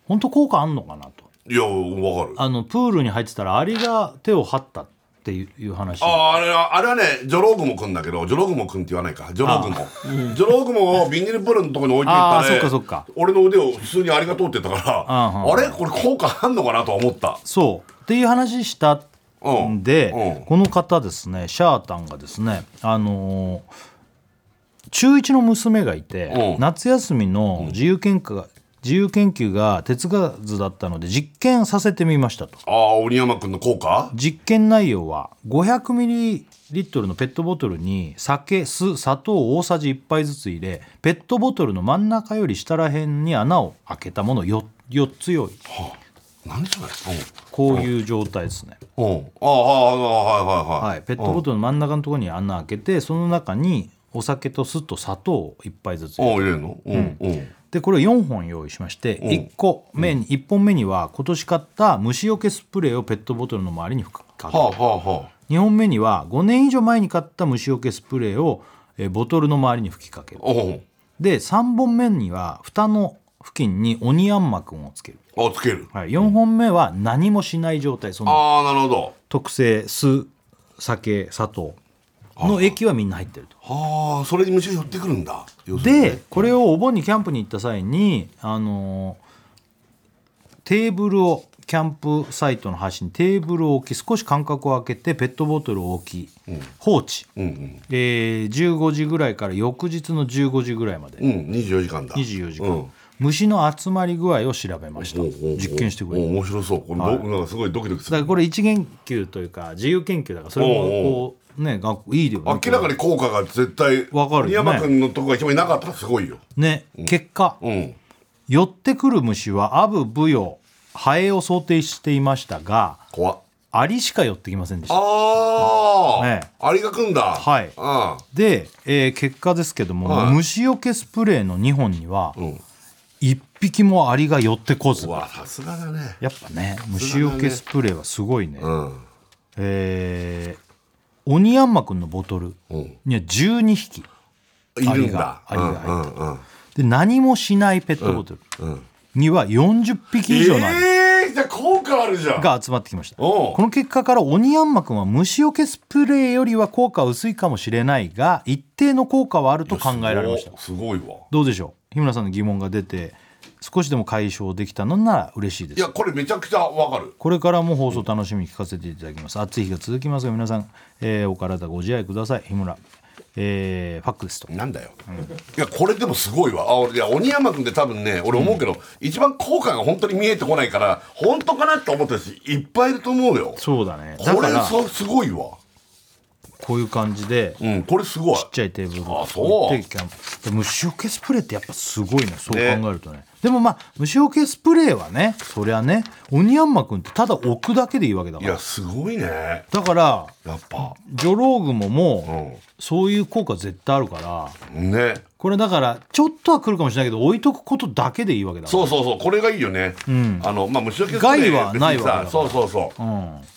Speaker 1: 本当効果あんのかなと
Speaker 2: い。いや、わかる。
Speaker 1: あのプールに入ってたらアリが手を張ったっていう話
Speaker 2: ああれは、あれはね、ジョロウグモくんだけど、ジョロウグモくんって言わないか。ジョロウグモ。ジョロウグモをビニールプールのところに置いていった
Speaker 1: あ
Speaker 2: ね
Speaker 1: ーそっかそっか
Speaker 2: 俺の腕を普通にありがとうって言ったから、
Speaker 1: うんうん
Speaker 2: あれこれ効果あんのかなとは思った。
Speaker 1: そうっていう話したんで、
Speaker 2: うんうん
Speaker 1: この方ですねシャータンがですねあのー中1の娘がいて、
Speaker 2: うん
Speaker 1: 夏休みの自由研究が自由研究が哲学だったので実験させてみましたと
Speaker 2: ああ、鬼山くんの効果
Speaker 1: 実験内容は500ミリリットルのペットボトルに酒酢砂糖を大さじ1杯ずつ入れペットボトルの真ん中より下らへんに穴を開けたもの 4, 4つ用意
Speaker 2: 何それ
Speaker 1: こういう状態ですね
Speaker 2: うん。うん。ああ、ああはいはいはい。
Speaker 1: はい、ペットボトルの真ん中のところに穴開けてその中にお酒と酢と砂糖を1杯ずつ入れ
Speaker 2: あ
Speaker 1: る
Speaker 2: あ、入れるのうん。うん。
Speaker 1: でこれを4本用意しまして1個目に1本目には今年買った虫除けスプレーをペットボトルの周りにかけ
Speaker 2: はあ
Speaker 1: る
Speaker 2: はあは
Speaker 1: 2本目には5年以上前に買った虫除けスプレーをえーボトルの周りに吹きかける
Speaker 2: あ。うん。
Speaker 1: で3本目には蓋の付近にオニヤンマくんをつける、
Speaker 2: あつける
Speaker 1: はい、4本目は何もしない状態その
Speaker 2: ああなるほど
Speaker 1: 特製酢酒砂糖の液はみんな入ってると
Speaker 2: はあそれに虫が寄ってくるんだ要するにね
Speaker 1: でこれをお盆にキャンプに行った際にあのーテーブルをキャンプサイトの端にテーブルを置き少し間隔を空けてペットボトルを置き、放置、えー15時ぐらいから翌日の15時ぐらいまで、
Speaker 2: うん24時間だ
Speaker 1: 24時間、
Speaker 2: うん
Speaker 1: 虫の集まり具合を調べました
Speaker 2: おうおうおう
Speaker 1: 実験してくれ
Speaker 2: おう面白そうこれど、なんかすごいドキドキす
Speaker 1: だか
Speaker 2: る
Speaker 1: らこれ一研究というか自由研究だからそれもこうねがいいよねこ
Speaker 2: 明
Speaker 1: れ
Speaker 2: らかに効果が絶対
Speaker 1: わかるよね
Speaker 2: 山君のとこが一番いなかったらすごいよ
Speaker 1: ね結果、
Speaker 2: うん
Speaker 1: 寄ってくる虫はアブブヨハエを想定していましたが
Speaker 2: 怖っ
Speaker 1: アリしか寄ってきませんでした
Speaker 2: ああ、
Speaker 1: ね
Speaker 2: アリが来んだ
Speaker 1: はい
Speaker 2: あ
Speaker 1: で、えー結果ですけども、
Speaker 2: はい
Speaker 1: 虫除けスプレーの2本には
Speaker 2: ん
Speaker 1: 1匹もアリが寄ってこず
Speaker 2: うわさすがだね
Speaker 1: やっぱね虫除けスプレーはすごいね、
Speaker 2: うん
Speaker 1: えーオニヤンマくんのボトル
Speaker 2: うん
Speaker 1: には12匹
Speaker 2: いるんだ
Speaker 1: アリがアリが入って
Speaker 2: うんうんうん
Speaker 1: で何もしないペットボトルには40匹以上のアリ
Speaker 2: ええー、じゃあ効果あるじゃん
Speaker 1: が集まってきました
Speaker 2: おう
Speaker 1: この結果からオニヤンマくんは虫除けスプレーよりは効果は薄いかもしれないが一定の効果はあると考えられました
Speaker 2: すごいすごいわ
Speaker 1: どうでしょう日村さんの疑問が出て少しでも解消できたのなら嬉しいで
Speaker 2: い
Speaker 1: す
Speaker 2: やこれめちゃくちゃわかる
Speaker 1: これからも放送楽しみに聞かせていただきます暑い日が続きますが皆さん、えーお体ご自愛ください日村、えーファックですと
Speaker 2: なんだよ、いやこれでもすごいわあ俺いや鬼山君って多分ね俺思うけど、一番効果が本当に見えてこないから本当かなって思ってるしいっぱいいると思うよ
Speaker 1: そうだねだ
Speaker 2: こ
Speaker 1: か
Speaker 2: れ
Speaker 1: ら
Speaker 2: さすごいわ
Speaker 1: こういう感じで
Speaker 2: うんこれすごい
Speaker 1: ちっちゃいテーブル
Speaker 2: あそう
Speaker 1: でキャンプで虫除けスプレーってやっぱすごいねそう考
Speaker 2: ね
Speaker 1: えるとねでもまあ虫除けスプレーはねそりゃねオニヤンマくんってただ置くだけでいいわけだ
Speaker 2: い
Speaker 1: から
Speaker 2: やすごいねや
Speaker 1: だから
Speaker 2: っぱ
Speaker 1: ジョロウグモも
Speaker 2: う
Speaker 1: そういう効果絶対あるから
Speaker 2: ね
Speaker 1: これだからちょっとは来るかもしれないけど置いとくことだけでいいわけだから
Speaker 2: そうそうそうこれがいいよね、あのまあ虫除けスプレー
Speaker 1: 害はないわけだから
Speaker 2: 別にさそうそうそう、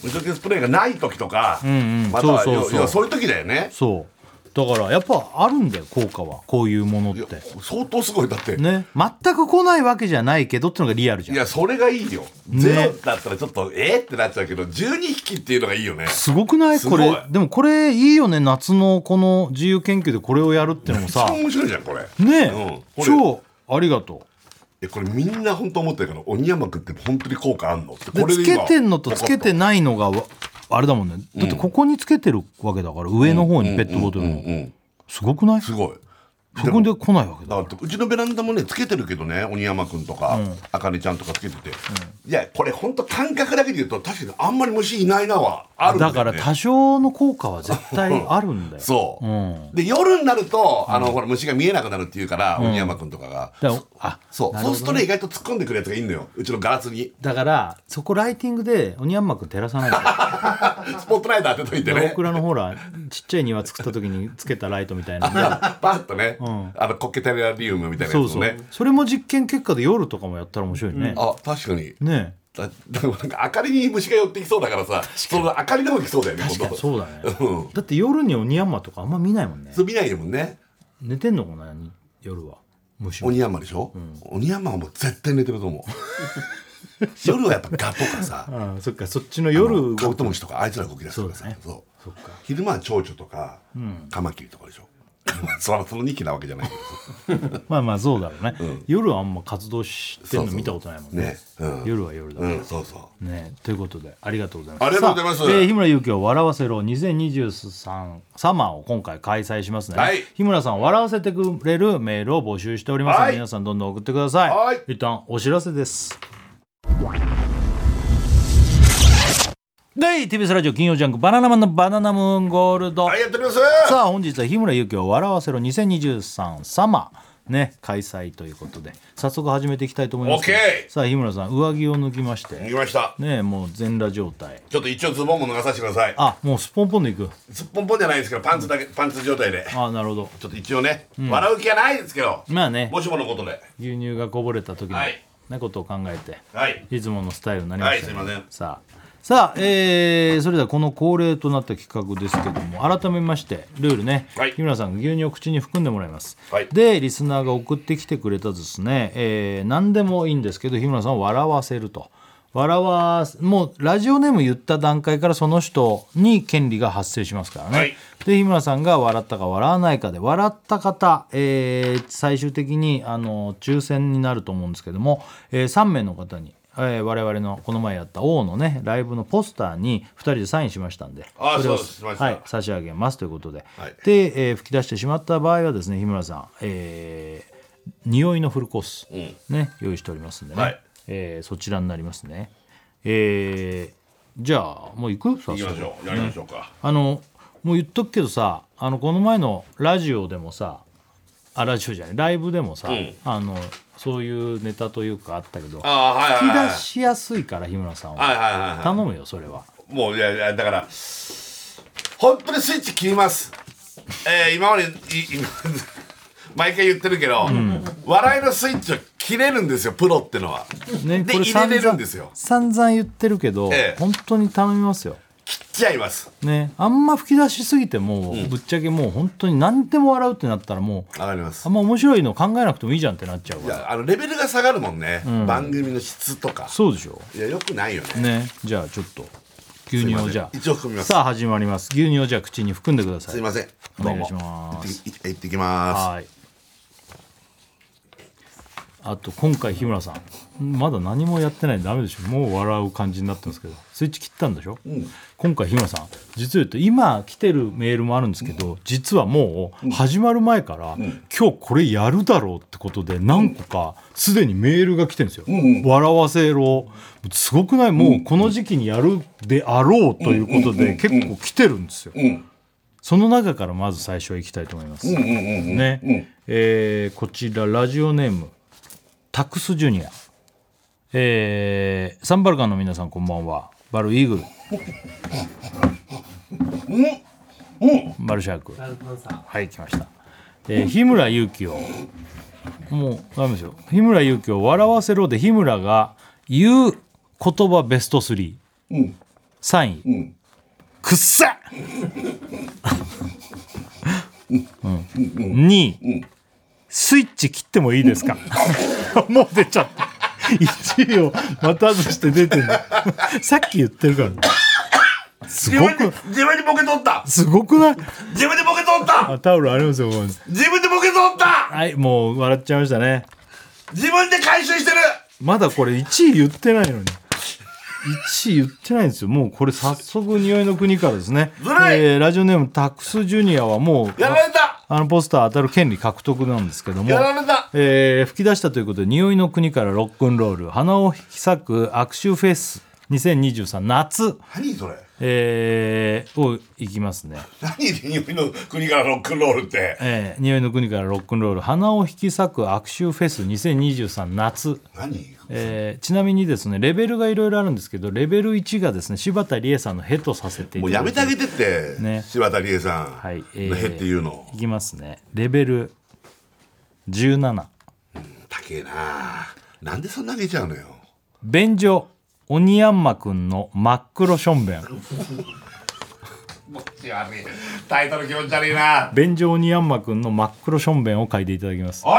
Speaker 2: 虫除けスプレーがない時とか、
Speaker 1: んうん
Speaker 2: または
Speaker 1: そうそうそう
Speaker 2: 要はそういう時だよね
Speaker 1: そうだからやっぱあるんだよ効果はこういうものっ
Speaker 2: いや
Speaker 1: て
Speaker 2: 相当すごいだって、
Speaker 1: ね全く来ないわけじゃないけどってのがリアルじゃ
Speaker 2: い
Speaker 1: ん
Speaker 2: やそれがいいよ、
Speaker 1: ね
Speaker 2: ゼロだったらちょっとえーってなっちゃうけど12匹っていうのがいいよね
Speaker 1: すごくない
Speaker 2: すご
Speaker 1: こ
Speaker 2: い
Speaker 1: れでもこれいいよね夏のこの自由研究でこれをやるってのも
Speaker 2: 超
Speaker 1: さね
Speaker 2: 面白いじゃんこれうん
Speaker 1: え、
Speaker 2: これ
Speaker 1: 超ありがと
Speaker 2: えこれみんな本当思ってるけど鬼山君って本当に効果あんのって
Speaker 1: うで
Speaker 2: これ
Speaker 1: つ
Speaker 2: で今
Speaker 1: けてんのとつけてないのがわあれだもんねだってここにつけてるわけだから上の方にペットボトル
Speaker 2: うんう
Speaker 1: の
Speaker 2: ん
Speaker 1: すごくない
Speaker 2: す
Speaker 1: そ
Speaker 2: ごい
Speaker 1: こで来ないわけだ
Speaker 2: だってうちのベランダもねつけてるけどね鬼山君とか、あかねちゃんとかつけてて、いやこれ本当感覚だけで言うと確かにあんまり虫いないなはあるんだ
Speaker 1: だ
Speaker 2: よ、ね、
Speaker 1: から多少の効果は絶対あるんだ
Speaker 2: (laughs)
Speaker 1: よ
Speaker 2: そう、
Speaker 1: うん
Speaker 2: で夜になるとあの、ほら虫が見えなくなるっていうから、鬼山君とかが
Speaker 1: だからあ
Speaker 2: そう、
Speaker 1: な
Speaker 2: そ
Speaker 1: るほどね
Speaker 2: うするとね意外と突っ込んでくるやつがいるのようちのガラス
Speaker 1: (laughs)
Speaker 2: に
Speaker 1: だからそこライティングでオニヤンマくん照らさ
Speaker 2: (laughs)
Speaker 1: ないで
Speaker 2: スポットライト当てといてね
Speaker 1: 僕らのほらちっちゃい庭作った時につけたライトみたいな
Speaker 2: パッとね、あのコケテラリウムみたいな
Speaker 1: そ
Speaker 2: や
Speaker 1: う
Speaker 2: つを
Speaker 1: そ
Speaker 2: ね
Speaker 1: うそれも実験結果で夜とかもやったら面白いね、
Speaker 2: あ確かに
Speaker 1: ね
Speaker 2: だだからなんか明かりに虫が寄ってきそうだからさその明かりの方に来そうだよね
Speaker 1: え確
Speaker 2: ほ
Speaker 1: か
Speaker 2: ん
Speaker 1: に
Speaker 2: と
Speaker 1: そうだね、
Speaker 2: うん
Speaker 1: だって夜にオニヤンマとかあんま見ないもんね
Speaker 2: そう見ないもんね
Speaker 1: 寝てんのかなに夜はむしろ
Speaker 2: 鬼山でしょ、鬼山はもう絶対寝てると思う
Speaker 1: (laughs)
Speaker 2: 夜はやっぱガとかさ
Speaker 1: ああそっかそっちの夜動
Speaker 2: カブ
Speaker 1: く
Speaker 2: トムシとかあいつら動き出すからさ
Speaker 1: そうだね
Speaker 2: そう
Speaker 1: そっか
Speaker 2: 昼間は蝶々とかカマキリとかでしょそらその2期なわけじゃないけど
Speaker 1: まあまあそうだろうね、夜はあんま活動してんの見たことないもんね
Speaker 2: そうそうねうん
Speaker 1: 夜は夜だ、
Speaker 2: うんそうそう
Speaker 1: ねということでありがとうございま
Speaker 2: あ
Speaker 1: す
Speaker 2: りがとうございます
Speaker 1: さあえー日村勇紀を笑わせろ2023サマーを今回開催しますね、
Speaker 2: はい
Speaker 1: 日村さんを笑わせてくれるメールを募集しておりますので、
Speaker 2: はい
Speaker 1: 皆さんどんどん送ってください、
Speaker 2: はい
Speaker 1: 一旦お知らせですで TBS ラジオ金曜ジャンク「バナナマンのバナナムーンゴールド」
Speaker 2: はいやっております
Speaker 1: さあ本日は日村勇紀を笑わせろ2023サマーね開催ということで早速始めていきたいと思いますけど、
Speaker 2: OK
Speaker 1: さあ日村さん上着を脱ぎまして
Speaker 2: 行きました
Speaker 1: ねえもう全裸状態
Speaker 2: ちょっと一応ズボンも脱がさせてください
Speaker 1: あもうスポンポンでいく
Speaker 2: すっぽんぽんじゃないですけどパンツだけパンツ状態で
Speaker 1: あなるほど
Speaker 2: ちょっと一応ね、笑う気はないですけど
Speaker 1: まあね
Speaker 2: もしものことで
Speaker 1: 牛乳がこぼれた時の、
Speaker 2: はい
Speaker 1: ねことを考えて
Speaker 2: はい
Speaker 1: いつものスタイルになりましたね
Speaker 2: はいすいません
Speaker 1: さあさあ、えーそれではこの恒例となった企画ですけども改めましてルールね、
Speaker 2: はい
Speaker 1: 日村さんが牛乳を口に含んでもらいます、
Speaker 2: はい
Speaker 1: でリスナーが送ってきてくれたですね、えー何でもいいんですけど日村さんを笑わせると笑わすもうラジオネーム言った段階からその人に権利が発生しますからね、
Speaker 2: はい
Speaker 1: で日村さんが笑ったか笑わないかで笑った方、えー最終的にあの抽選になると思うんですけども、え3名の方に、えー我々のこの前やった王のねライブのポスターに2人でサインしましたんで
Speaker 2: あー
Speaker 1: れ
Speaker 2: そ
Speaker 1: を
Speaker 2: うですしました
Speaker 1: はい、差し上げますということで、
Speaker 2: はい
Speaker 1: で、えー吹き出してしまった場合はですね日村さん、えー匂いのフルコース、ね用意しておりますんでね、
Speaker 2: はい
Speaker 1: えーそちらになりますね、えーじゃあもう行くさ
Speaker 2: 行きましょうやりましょうか、
Speaker 1: あのもう言っとくけどさあのこの前のラジオでもさあラジオじゃないライブでもさ、
Speaker 2: ん
Speaker 1: あのそういうネタというかあったけど
Speaker 2: ああはい
Speaker 1: 吹き
Speaker 2: はいはい
Speaker 1: 出しやすいから日村さんは
Speaker 2: はいはいはいはい
Speaker 1: 頼むよそれは
Speaker 2: もういやいやだから本当にスイッチ切ります。えー、今までい今 (laughs) 毎回言ってるけど、笑いのスイッチを切れるんですよプロってのは。
Speaker 1: ね
Speaker 2: で
Speaker 1: これ
Speaker 2: 入れ
Speaker 1: 散
Speaker 2: れるん
Speaker 1: 々
Speaker 2: ですよ。
Speaker 1: 散々言ってるけど、
Speaker 2: ええ
Speaker 1: 本当に頼みますよ
Speaker 2: 切っちゃいます。
Speaker 1: ねあんま吹き出しすぎてもう、ぶっちゃけもう本当に何でも笑うってなったらもう
Speaker 2: わかります
Speaker 1: あん。ま面白いの考えなくてもいいじゃんってなっちゃう
Speaker 2: い
Speaker 1: から
Speaker 2: やあのレベルが下がるもんね、番組の質とか。
Speaker 1: そうでしょ
Speaker 2: いやよくないよね。
Speaker 1: ねじゃあちょっと牛乳をじゃあ
Speaker 2: 一応含みます。
Speaker 1: さあ始まります牛乳をじゃあ口に含んでください
Speaker 2: すいません。
Speaker 1: お願いします
Speaker 2: どうも。いっていってきま
Speaker 1: はいあと今回日村さんまだ何もやってないんでダメでしょもう笑う感じになってますけどスイッチ切ったんでしょ、今回日村さん実を言うと今来てるメールもあるんですけど、実はもう始まる前から、今日これやるだろうってことで何個かすでにメールが来てるんですよ、笑わせろすごくないもうこの時期にやるであろうということで結構来てるんですよ、その中からまず最初行きたいと思います。ね、えーこちらラジオネームタックスジュニア、えーサンバルカンの皆さんこんばんは。バルイーグル。バルシャーク。はい来ました。えー日村勇紀をもうダメですよ。日村勇紀を笑わせろで日村が言う言葉ベスト3。三位。くっさ。2、スイッチ切ってもいいですかもう出ちゃった1位をまた外して出てる (laughs) さっき言ってるから
Speaker 2: す。
Speaker 1: す
Speaker 2: 自
Speaker 1: ご
Speaker 2: 分
Speaker 1: く
Speaker 2: で自分でボケ取った。
Speaker 1: すごくない
Speaker 2: 自分でボケ取った。
Speaker 1: あタオルありますよここに
Speaker 2: 自分でボケ取った。
Speaker 1: はいもう笑っちゃいましたね
Speaker 2: 自分で回収してる。
Speaker 1: まだこれ1位言ってないのに1位言ってないんですよもうこれ早速匂いの国からですね
Speaker 2: ずるい、
Speaker 1: ーラジオネームタックスジュニアはもう
Speaker 2: やられた。
Speaker 1: あのポスター当たる権利獲得なんですけども
Speaker 2: やられた。
Speaker 1: えー吹き出したということで匂いの国からロックンロール花を引き裂く握手フェス2023夏、
Speaker 2: 何それ。
Speaker 1: えーをいきますね、
Speaker 2: 何で匂いの国からロックンロールって
Speaker 1: えー匂いの国からロックンロール花を引き裂く握手フェス2023夏
Speaker 2: 何
Speaker 1: えーちなみにですねレベルがいろいろあるんですけどレベル1がですね柴田理恵さんの「へ」とさせてい
Speaker 2: も
Speaker 1: た
Speaker 2: う
Speaker 1: だ
Speaker 2: や
Speaker 1: い
Speaker 2: めてあげてって、
Speaker 1: ね
Speaker 2: 柴田理恵さん、
Speaker 1: はいえー
Speaker 2: のへっていうの
Speaker 1: いきますねレベル17
Speaker 2: 高えななんでそんなあげちゃうのよ
Speaker 1: 便所オニヤンマくんの真っ黒しょんべん
Speaker 2: 気持ち悪いタイトル気持ち悪いな
Speaker 1: 便所オニヤンマくんの真っ黒しょんべんを書いていただきます
Speaker 2: おい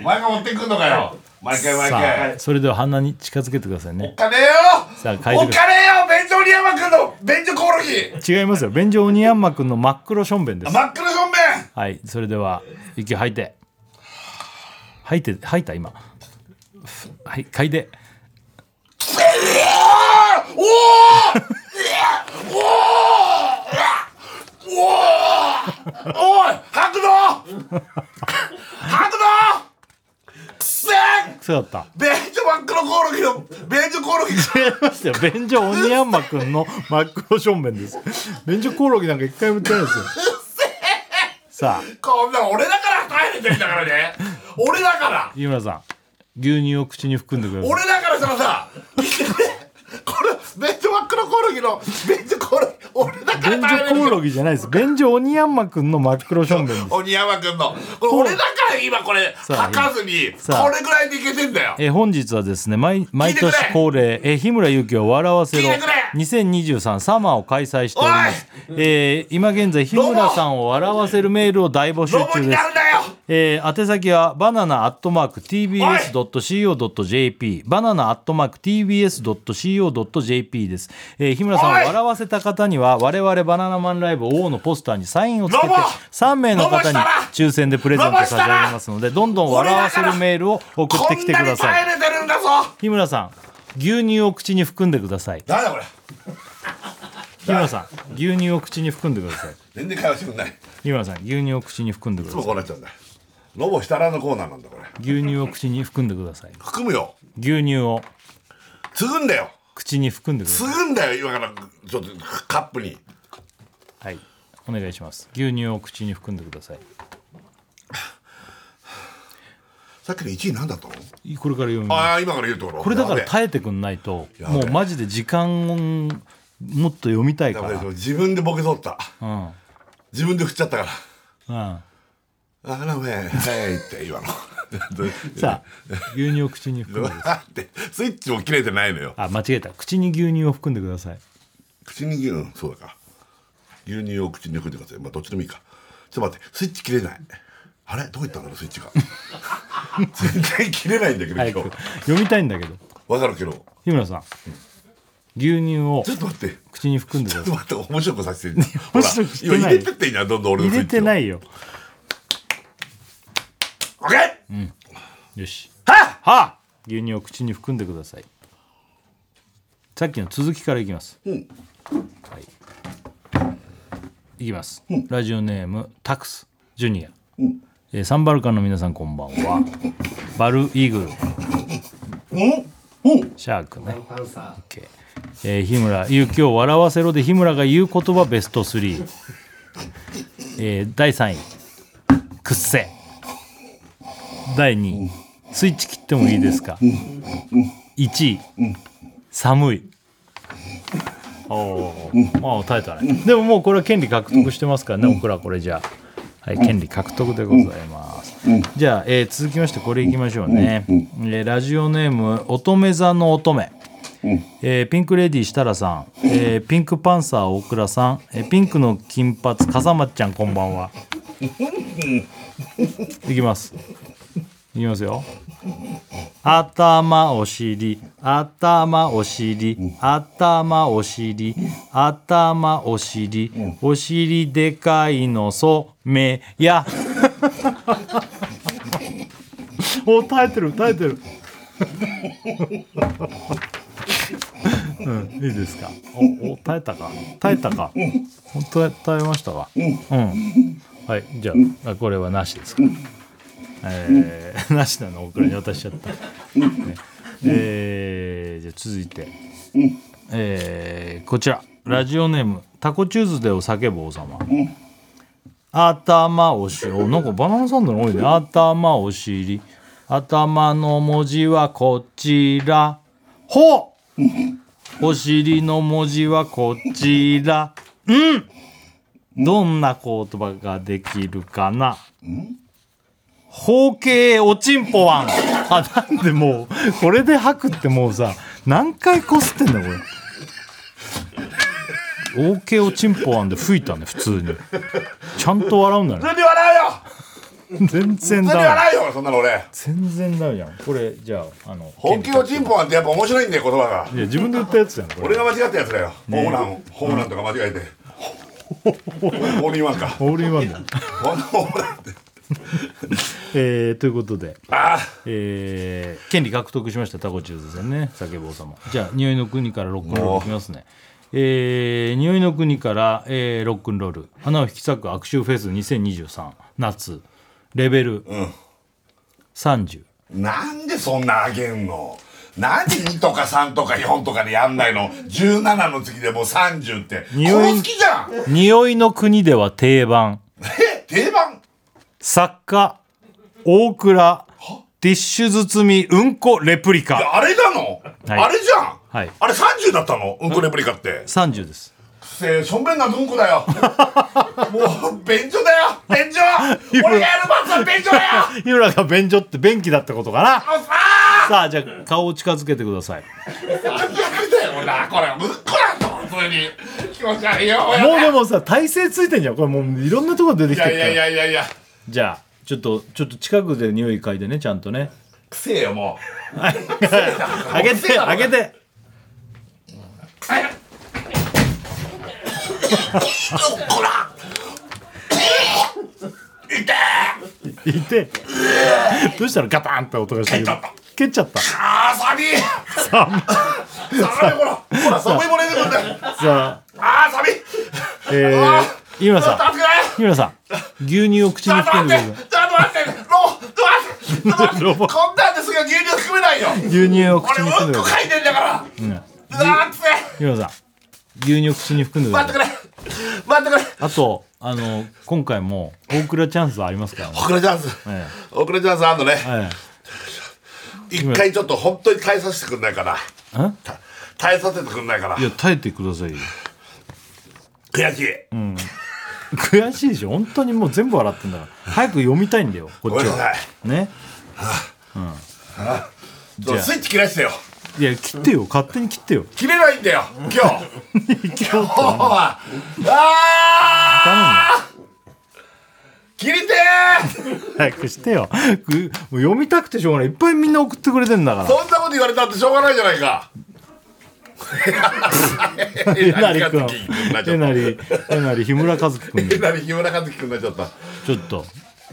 Speaker 2: お前が持ってくんのかよ毎回毎
Speaker 1: さ
Speaker 2: 回
Speaker 1: あそれでは鼻に近づけてください
Speaker 2: お
Speaker 1: ね
Speaker 2: 金よ
Speaker 1: さあ
Speaker 2: お
Speaker 1: 書い
Speaker 2: 金
Speaker 1: て
Speaker 2: よ
Speaker 1: くだ
Speaker 2: 便所に山くんの便所コオロギ
Speaker 1: 違いますよ便所オニヤンマくんの真っ黒しょんべんです
Speaker 2: 真っ黒しょんべん
Speaker 1: はいそれでは息を吐いて吐いて吐いた今はい嗅いで
Speaker 2: おおおおおおい吐くぞ吐くぞくっせえ
Speaker 1: そうだった
Speaker 2: ベンジョ真っ黒コオロギのベンジョコオロギ
Speaker 1: 違いますよ便所オニヤンマくんの真っ黒しょんべんです便所コオロギなんか一回も売ってないですよさあ
Speaker 2: こんなん俺だから帰れてんだからね俺だから
Speaker 1: 井村さん牛乳を口に含んでください
Speaker 2: 俺だからそのさ聞いてくれこれベンジョ真っ黒コオロギのベンジョコオロギ俺だから
Speaker 1: 便所
Speaker 2: 帰れ
Speaker 1: コオ
Speaker 2: る
Speaker 1: ロギじゃないです便所オニヤンマくんの真っ黒しょんべんです
Speaker 2: 鬼山くんのこれ俺だから今これ
Speaker 1: あ
Speaker 2: 吐かずに
Speaker 1: さあ
Speaker 2: これぐらいでいけてんだよ
Speaker 1: えー本日はですね毎毎
Speaker 2: 聞いてくれ
Speaker 1: 年恒例えー日村勇紀を笑わせろ
Speaker 2: 聞いてくれ
Speaker 1: 2023サマーを開催しております、えー今現在日村さんを笑わせるメールを大募集
Speaker 2: ロボ
Speaker 1: 中
Speaker 2: に
Speaker 1: です
Speaker 2: なるなよ
Speaker 1: えー宛先はバナナアットマーク TBS.CO.JP バナナアットマーク TBS.CO.JP です、えー日村さんを
Speaker 2: おい
Speaker 1: 笑わせた方には我々バナナマンライブ王のポスターにサインをつけて
Speaker 2: ロボ
Speaker 1: 3名の方
Speaker 2: ロボし
Speaker 1: に
Speaker 2: たら
Speaker 1: 抽選でプレゼント差し上げますのでどんどん笑わせるメールを送ってきてくだ
Speaker 2: こんな
Speaker 1: さい
Speaker 2: に耐えれてるんだぞ
Speaker 1: 日村さん牛乳を口に含んでください
Speaker 2: 誰だこれ
Speaker 1: 日村さん牛乳を口に含んでください
Speaker 2: 全然会話してくんないい
Speaker 1: 日村さん牛乳を口に含んでく
Speaker 2: つ
Speaker 1: だ
Speaker 2: も
Speaker 1: さ
Speaker 2: こ
Speaker 1: いう
Speaker 2: なっちゃうんだロボしたらのコーナーなんだこれ
Speaker 1: 牛乳を口に含んでください
Speaker 2: 含むよ
Speaker 1: 牛乳を
Speaker 2: 継ぐんだよ
Speaker 1: 口に含んでください
Speaker 2: 継ぐんだよ今からちょっとカップに
Speaker 1: はい、お願いします。牛乳を口に含んでくださ
Speaker 2: さっきの1位なんだったの
Speaker 1: い。これから読みます。
Speaker 2: ああ今から言うところ
Speaker 1: これだから
Speaker 2: や
Speaker 1: 耐えてくんないと、
Speaker 2: やべえ
Speaker 1: もうマジで時間をもっと読みたいか
Speaker 2: べえや
Speaker 1: ら。
Speaker 2: べえ自分でボケ取った
Speaker 1: うん。
Speaker 2: 自分で振っちゃったから
Speaker 1: うん。
Speaker 2: あらめはいって今の (laughs)
Speaker 1: さあ、牛乳を口に含んで。
Speaker 2: だってスイッチも切れてないのよ
Speaker 1: あ、間違えた。口に牛乳を含んでください。
Speaker 2: 口に牛うんそうだか牛乳を口に含んでくださいまあどっちでもいいかちょっと待ってスイッチ切れないあれどこ行ったんだろうスイッチ
Speaker 1: (laughs)
Speaker 2: が全然切れないんだけど
Speaker 1: 早く
Speaker 2: 今日
Speaker 1: 読みたいんだけど。
Speaker 2: わかるけど
Speaker 1: 日村さん、牛乳を
Speaker 2: ちょっと待って
Speaker 1: 口に含んで
Speaker 2: ち
Speaker 1: く
Speaker 2: ょっと
Speaker 1: ださい。
Speaker 2: 待って面白くさせてるじゃんほら
Speaker 1: 面白くして
Speaker 2: 今
Speaker 1: ない
Speaker 2: 入れてっていいなどんどん俺の
Speaker 1: 入
Speaker 2: スイ
Speaker 1: れ
Speaker 2: ッチ
Speaker 1: て
Speaker 2: を
Speaker 1: ないよ。
Speaker 2: オッケー
Speaker 1: よし。
Speaker 2: は
Speaker 1: はあ牛乳を口に含んでくださいさっきの続きからいきます、
Speaker 2: うん
Speaker 1: はいいきます、ラジオネームタクスジュニア、えーサンバルカンの皆さんこんばんはバルイーグル
Speaker 2: うんうん
Speaker 1: シャークね、
Speaker 3: パンサ
Speaker 1: OK えー日村勇気を笑わせろで日村が言う言葉ベスト3、えー第3位くっせ第2位スイッチ切ってもいいですか1位寒いおーああ耐えたねでももうこれは権利獲得してますからね僕らこれじゃあはい権利獲得でございますじゃあ、えー続きましてこれいきましょうね、えーラジオネーム乙女座の乙女えーピンクレディー設楽さん、えーピンクパンサー大倉さん、えーピンクの金髪笠松ちゃんこんばんはいきますいきますよ頭お尻頭お尻頭お尻頭お尻お尻でかいのそめ (laughs) やお耐えてる耐えてるうん、いいですか。お、お、耐えたか。耐えたか。本当耐えましたか。うん。はい、じゃあ、あこれはなしですか。えー、 (laughs) なしなの、僕らに渡しちゃった。ね、えー、じゃあ、続いて。えー、こちら、ラジオネーム、タコチューズデーを叫ぶ王様。頭おしおなんかバナナサンドの多いね頭お尻頭の文字はこちらほうお尻の文字はこちら。うんどんな言葉ができるかな包茎おちんぽわん。あ、なんでもう、これで吐くってもうさ、何回こすってんだよこれ。OK おちんぽわんで吹いたね、普通に。ちゃんと笑うんだね。
Speaker 2: 普通に笑うよ
Speaker 1: 全然
Speaker 2: 普通
Speaker 1: ダ
Speaker 2: に
Speaker 1: メ。
Speaker 2: 笑うよそんなの俺
Speaker 1: 全然ダメじゃん。これ、じゃあ、あの、
Speaker 2: 本気のチンポマンってやっぱ面白いんだよ言葉が
Speaker 1: いや、自分で言ったやつじゃん、これ。
Speaker 2: 俺が間違ったやつだよホームランホームランとか間違えてホールインワンか
Speaker 1: オールインワンだよ。
Speaker 2: ホームランって
Speaker 1: えー、ということで。
Speaker 2: あ
Speaker 1: えー権利獲得しましたタコチューズ戦ね叫ぼう様じゃあ匂いの国からロックンロールいきますねえー、匂いの国から、えーロックンロール花を引き裂く悪臭フェス2023夏レベル30、
Speaker 2: ーなんでそんなあげんの何2とか3とか4とかでやんないの17の次でもう30ってこ
Speaker 1: 匂い
Speaker 2: の好きじゃん
Speaker 1: 匂いの国では定番
Speaker 2: え定番
Speaker 1: 作家大倉ティッシュ包みうんこレプリ
Speaker 2: い
Speaker 1: カ
Speaker 2: やあれなの、
Speaker 1: はい
Speaker 2: あれじゃん、
Speaker 1: はい
Speaker 2: あれ30だったのうんこレプリカって
Speaker 1: 30です
Speaker 2: せえしょんべんな文句だよ
Speaker 1: (laughs)
Speaker 2: もう便所だよ便所俺がやる罰は便所だよ
Speaker 1: (laughs) 日村が便所って便器だってことかな
Speaker 2: あさ
Speaker 1: さあじゃあ顔を近づけてください
Speaker 2: あ最悪だよなこれうんこなんだ普通に気持ち悪いよ
Speaker 1: もうでもさ体勢ついてんじゃんこれもういろんなとこ出て
Speaker 2: い
Speaker 1: きて
Speaker 2: や
Speaker 1: る
Speaker 2: い
Speaker 1: から
Speaker 2: やいやいやいや
Speaker 1: じゃあちょっとちょっと近くで匂い嗅いでねちゃんとね
Speaker 2: くせえよも
Speaker 1: あげてあげて
Speaker 2: うはいうんこら痛え
Speaker 1: いてどうしたらガタンって音がしてる
Speaker 2: 蹴っちゃった
Speaker 1: 蹴っちゃったさ
Speaker 2: あー寒い寒いほらほら寒いもん出てくるんだよ
Speaker 1: あ
Speaker 2: あー寒い
Speaker 1: え
Speaker 2: あ
Speaker 1: ー、日村
Speaker 2: ちょっと
Speaker 1: さ
Speaker 2: 熱くない
Speaker 1: ん日村さん牛乳を口
Speaker 2: ちょ
Speaker 1: に
Speaker 2: っと
Speaker 1: 含ん
Speaker 2: 待
Speaker 1: で
Speaker 2: っ
Speaker 1: くだ
Speaker 2: て
Speaker 1: さい
Speaker 2: ちょっと待ってロボちょっと待ってちょっと待ってこんなんですが牛乳含めないよ
Speaker 1: 牛乳を口
Speaker 2: 俺
Speaker 1: に含ん
Speaker 2: うん
Speaker 1: でく
Speaker 2: こ
Speaker 1: ださい
Speaker 2: かいてんだからうわーつえ
Speaker 1: 日村さん牛乳を口に含んでくだ
Speaker 2: 待っ
Speaker 1: さ
Speaker 2: てく
Speaker 1: い
Speaker 2: れ待ってくれ
Speaker 1: あとあの今回も大倉チャンスありますからね、
Speaker 2: 遅れチャンス
Speaker 1: え
Speaker 2: 遅れチャンスあんのね
Speaker 1: ええ
Speaker 2: 一回ちょっと本当に耐えさせてくんないかな
Speaker 1: え
Speaker 2: た耐えさせてくんないかな
Speaker 1: (laughs) えいや耐えてくださいよ
Speaker 2: 悔しい
Speaker 1: 悔しいでしょ本当にもう全部笑ってんだから早く読みたいんだよこ
Speaker 2: ご
Speaker 1: っ
Speaker 2: め
Speaker 1: ち
Speaker 2: んなさ
Speaker 1: はいね
Speaker 2: ちょっとスイッチ切らしてよ
Speaker 1: いや切ってよ勝手に切ってよ (laughs)
Speaker 2: 切れないんだよ今日今日はああ切りてー
Speaker 1: 早くしてよくもう読みたくてしょうがないいっぱいみんな送ってくれてんだか
Speaker 2: そんなこと言われたってしょうがないじゃないか
Speaker 1: ら (laughs) えなり
Speaker 2: え
Speaker 1: くん
Speaker 2: なり
Speaker 1: え
Speaker 2: 君
Speaker 1: なりえなり日村和樹くん
Speaker 2: え
Speaker 1: ち
Speaker 2: なり日村和樹君になっちゃった
Speaker 1: ょっと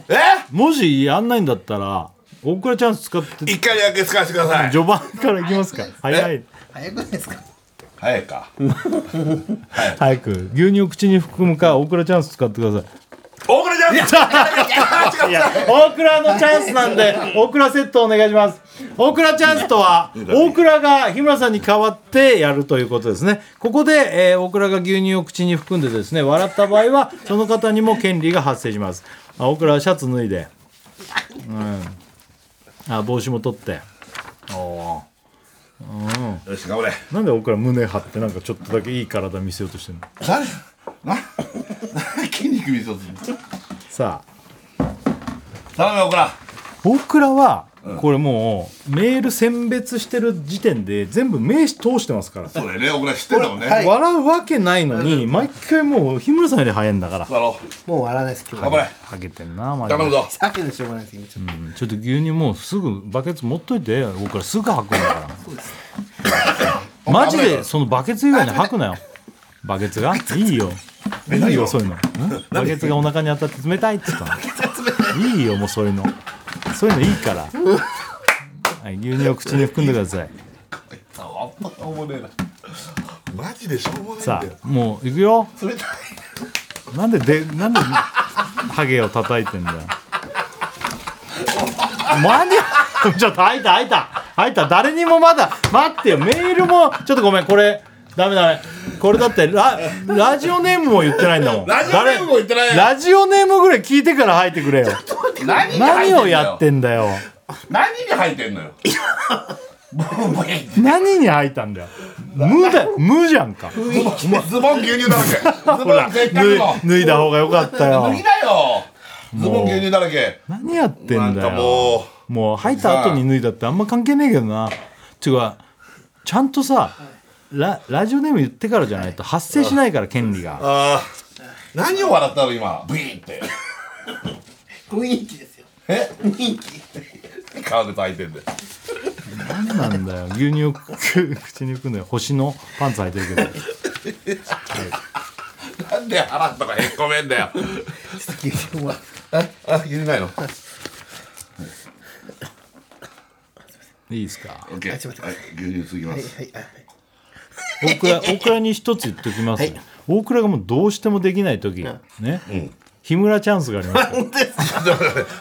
Speaker 2: え
Speaker 1: もしやんないんだったら大倉チャンス使って
Speaker 2: 一回だけ使わせてください
Speaker 1: 序盤からいきますか早い
Speaker 3: 早くないですか
Speaker 2: 早いか
Speaker 1: 早く牛乳を口に含むか大倉チャンス使ってくださ (laughs) い
Speaker 2: 大倉ちゃん
Speaker 1: いや大倉のチャンスなんで大倉セットお願いします大倉チャンスとは大倉が日村さんに代わってやるということですねここで、えー大倉が牛乳を口に含んでですね笑った場合はその方にも権利が発生しますあ大倉はシャツ脱いで、うん、あ帽子も取っておー
Speaker 2: よし頑張れ
Speaker 1: なんで大倉胸張ってなんかちょっとだけいい体見せようとしてるの (laughs)
Speaker 2: 誰な (laughs) 筋肉見せようとする
Speaker 1: さあ
Speaker 2: 頼むよ大倉
Speaker 1: 大倉はこれもうメール選別してる時点で全部名詞通してますから
Speaker 2: そうだよね大倉知ってんだもんね
Speaker 3: はい
Speaker 1: 笑うわけないのに毎回もう日村さんより早いんだから
Speaker 2: だろ
Speaker 3: もう笑わないです今日
Speaker 2: 頑
Speaker 3: は
Speaker 2: 張れ
Speaker 1: ハゲてんなマジ
Speaker 2: 頼む
Speaker 1: で
Speaker 2: ぞ
Speaker 3: さっきのしょうがないです今ちょっと
Speaker 1: ちょっと牛乳もうすぐバケツ持っといて僕からすぐ吐くんだからマジでそのバケツ以外に吐くなよ (laughs) バケツがいいよいいよそういうのんバケツがお腹に当たって冷たいっつったのいいよもうそういうのそういうのいいから、はい、牛乳を口に含んでください
Speaker 2: あんましょうもねえなマジでしょうもないん
Speaker 1: さ
Speaker 2: だよ
Speaker 1: あもう行くよ
Speaker 2: 冷たい
Speaker 1: なんででなんでハゲを叩いてんだよマニアちょっと開いた開いた開いた誰にもまだ待ってよメールもちょっとごめんこれダメダメこれだってララジオネームも言ってないんだもん
Speaker 2: ラジオネームも言ってない
Speaker 1: 誰ラジオネームぐらい聞いてから入ってくれよ
Speaker 2: 何
Speaker 1: 何をやっ
Speaker 2: んのよ
Speaker 1: てんだよ
Speaker 2: 何に入ってんのよ
Speaker 1: 何に入ったんだよ無だ無じゃんか
Speaker 2: ズボン牛乳だらけズ
Speaker 1: ほ
Speaker 2: ボ
Speaker 1: ら
Speaker 2: ンせっ
Speaker 1: 脱
Speaker 2: かく
Speaker 1: い
Speaker 2: の
Speaker 1: 脱いだ方がよかったよ
Speaker 2: 脱ぎだよズボン牛乳だらけ
Speaker 1: 何やって
Speaker 2: なんん
Speaker 1: だ
Speaker 2: か
Speaker 1: よ
Speaker 2: も
Speaker 1: もう入った後に脱いだってあんま関係ねえけどなていうかちゃんとさララジオネーム言ってからじゃないと発生しないから権利
Speaker 2: う
Speaker 1: が
Speaker 2: あー何を笑ったの今ブイーンって
Speaker 3: 雰囲気ですよ
Speaker 2: え (laughs)
Speaker 3: 雰囲気
Speaker 2: 革靴履いてんだよ
Speaker 1: 何なんだよ牛乳をく口に含んで星のパンツ履いてるけど
Speaker 2: なんで腹とかへっこめんだよ
Speaker 3: 牛乳は
Speaker 2: えあ牛乳ないの
Speaker 1: いいですか
Speaker 2: オッケーはい牛乳すぎま
Speaker 3: はい
Speaker 2: す
Speaker 3: はいはい
Speaker 1: 大倉大倉に一つ言っときます、ね大倉がもうどうしてもできない時、ね、日村チャンスがあります
Speaker 2: (laughs)
Speaker 1: よ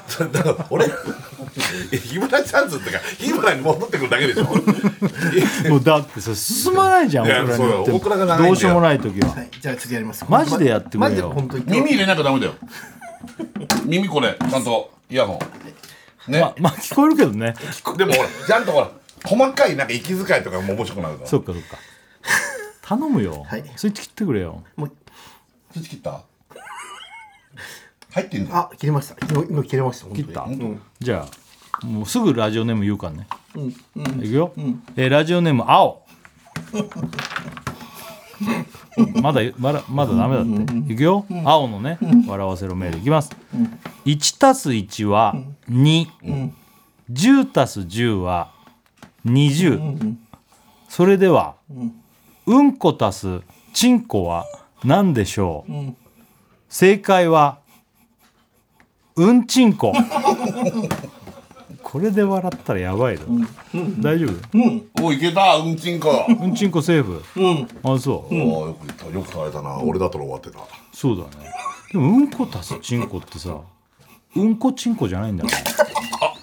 Speaker 2: ちょっと待ってちょっと待って俺日村チャンスってか日村に戻ってくるだけでしょ
Speaker 1: もうだってさ進まないじゃん
Speaker 2: いや
Speaker 1: 大倉に言っ
Speaker 2: そ
Speaker 1: ても
Speaker 2: うよ大倉が長いんだよ
Speaker 1: どうしようもない時は
Speaker 3: はいじゃあ次やります
Speaker 1: マジでやってくれよ
Speaker 3: マジで本当に
Speaker 2: (laughs) 耳入れなきゃダメだよ耳これちゃんとイヤホンね、
Speaker 1: まあ聞こえるけどね
Speaker 2: でもほらちゃんとほら細かいなんか息遣いとかも面白くなるから
Speaker 1: そっかそっか頼むよ、
Speaker 3: はい
Speaker 1: スイッチ切ってくれよ
Speaker 3: もう
Speaker 2: スイッチ切った入ってんだ
Speaker 3: あ切れました今今切れました本当
Speaker 1: 切
Speaker 3: に
Speaker 1: った、
Speaker 3: うん
Speaker 1: じゃあもうすぐラジオネーム言うからね、
Speaker 3: うん
Speaker 1: いくよ、えーラジオネーム青 (laughs) まだまだまだダメだって、いくよ、青のね、笑わせろメールいきます、1たす1は2、10たす10は20、それでは、うん、こたすちんこは何でしょう、正解はうんちんここれで笑ったらやばいだろ、大丈夫
Speaker 2: おいけたうんちんこ
Speaker 1: うんちんこセーフ。あ、そう。
Speaker 2: おーよく言ったよく耐えたな俺だったら終わってた
Speaker 1: そうだね。でも、うんこ足すちんこってさ。うんこちんこじゃないんだよね。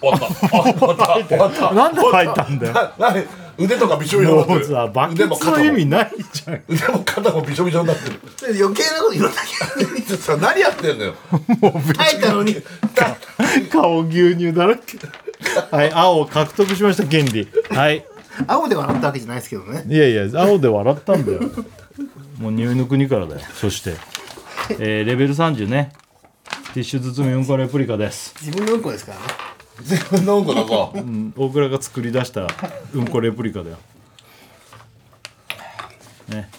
Speaker 2: (laughs)
Speaker 1: なんで入ったんだよ。
Speaker 2: 何腕とかびしょびしょになっ
Speaker 1: もう
Speaker 2: てる
Speaker 1: さ、バ
Speaker 2: 腕
Speaker 1: ケ
Speaker 2: も
Speaker 1: ツ
Speaker 2: 肩も
Speaker 1: の意味ないじゃん。
Speaker 2: 腕も肩もびしょびしょになってる
Speaker 3: それ余計なこと言わなき
Speaker 2: ちょっとさ何やってんのよ
Speaker 3: ゃ耐え
Speaker 2: (laughs)
Speaker 3: たのに
Speaker 1: 顔牛乳だらけ。はい、青を獲得しました、権利。はい。
Speaker 3: 青で笑ったわけじゃないですけどね
Speaker 1: いやいや、青で笑ったんだよ。もう匂いの国からだよ。そして。えーレベル30ね。ティッシュ包みうんこレプリカです。
Speaker 3: 自分のうんこですからね
Speaker 2: 全部のうんこだぞ
Speaker 1: 大倉が作り出したうんこレプリカだよね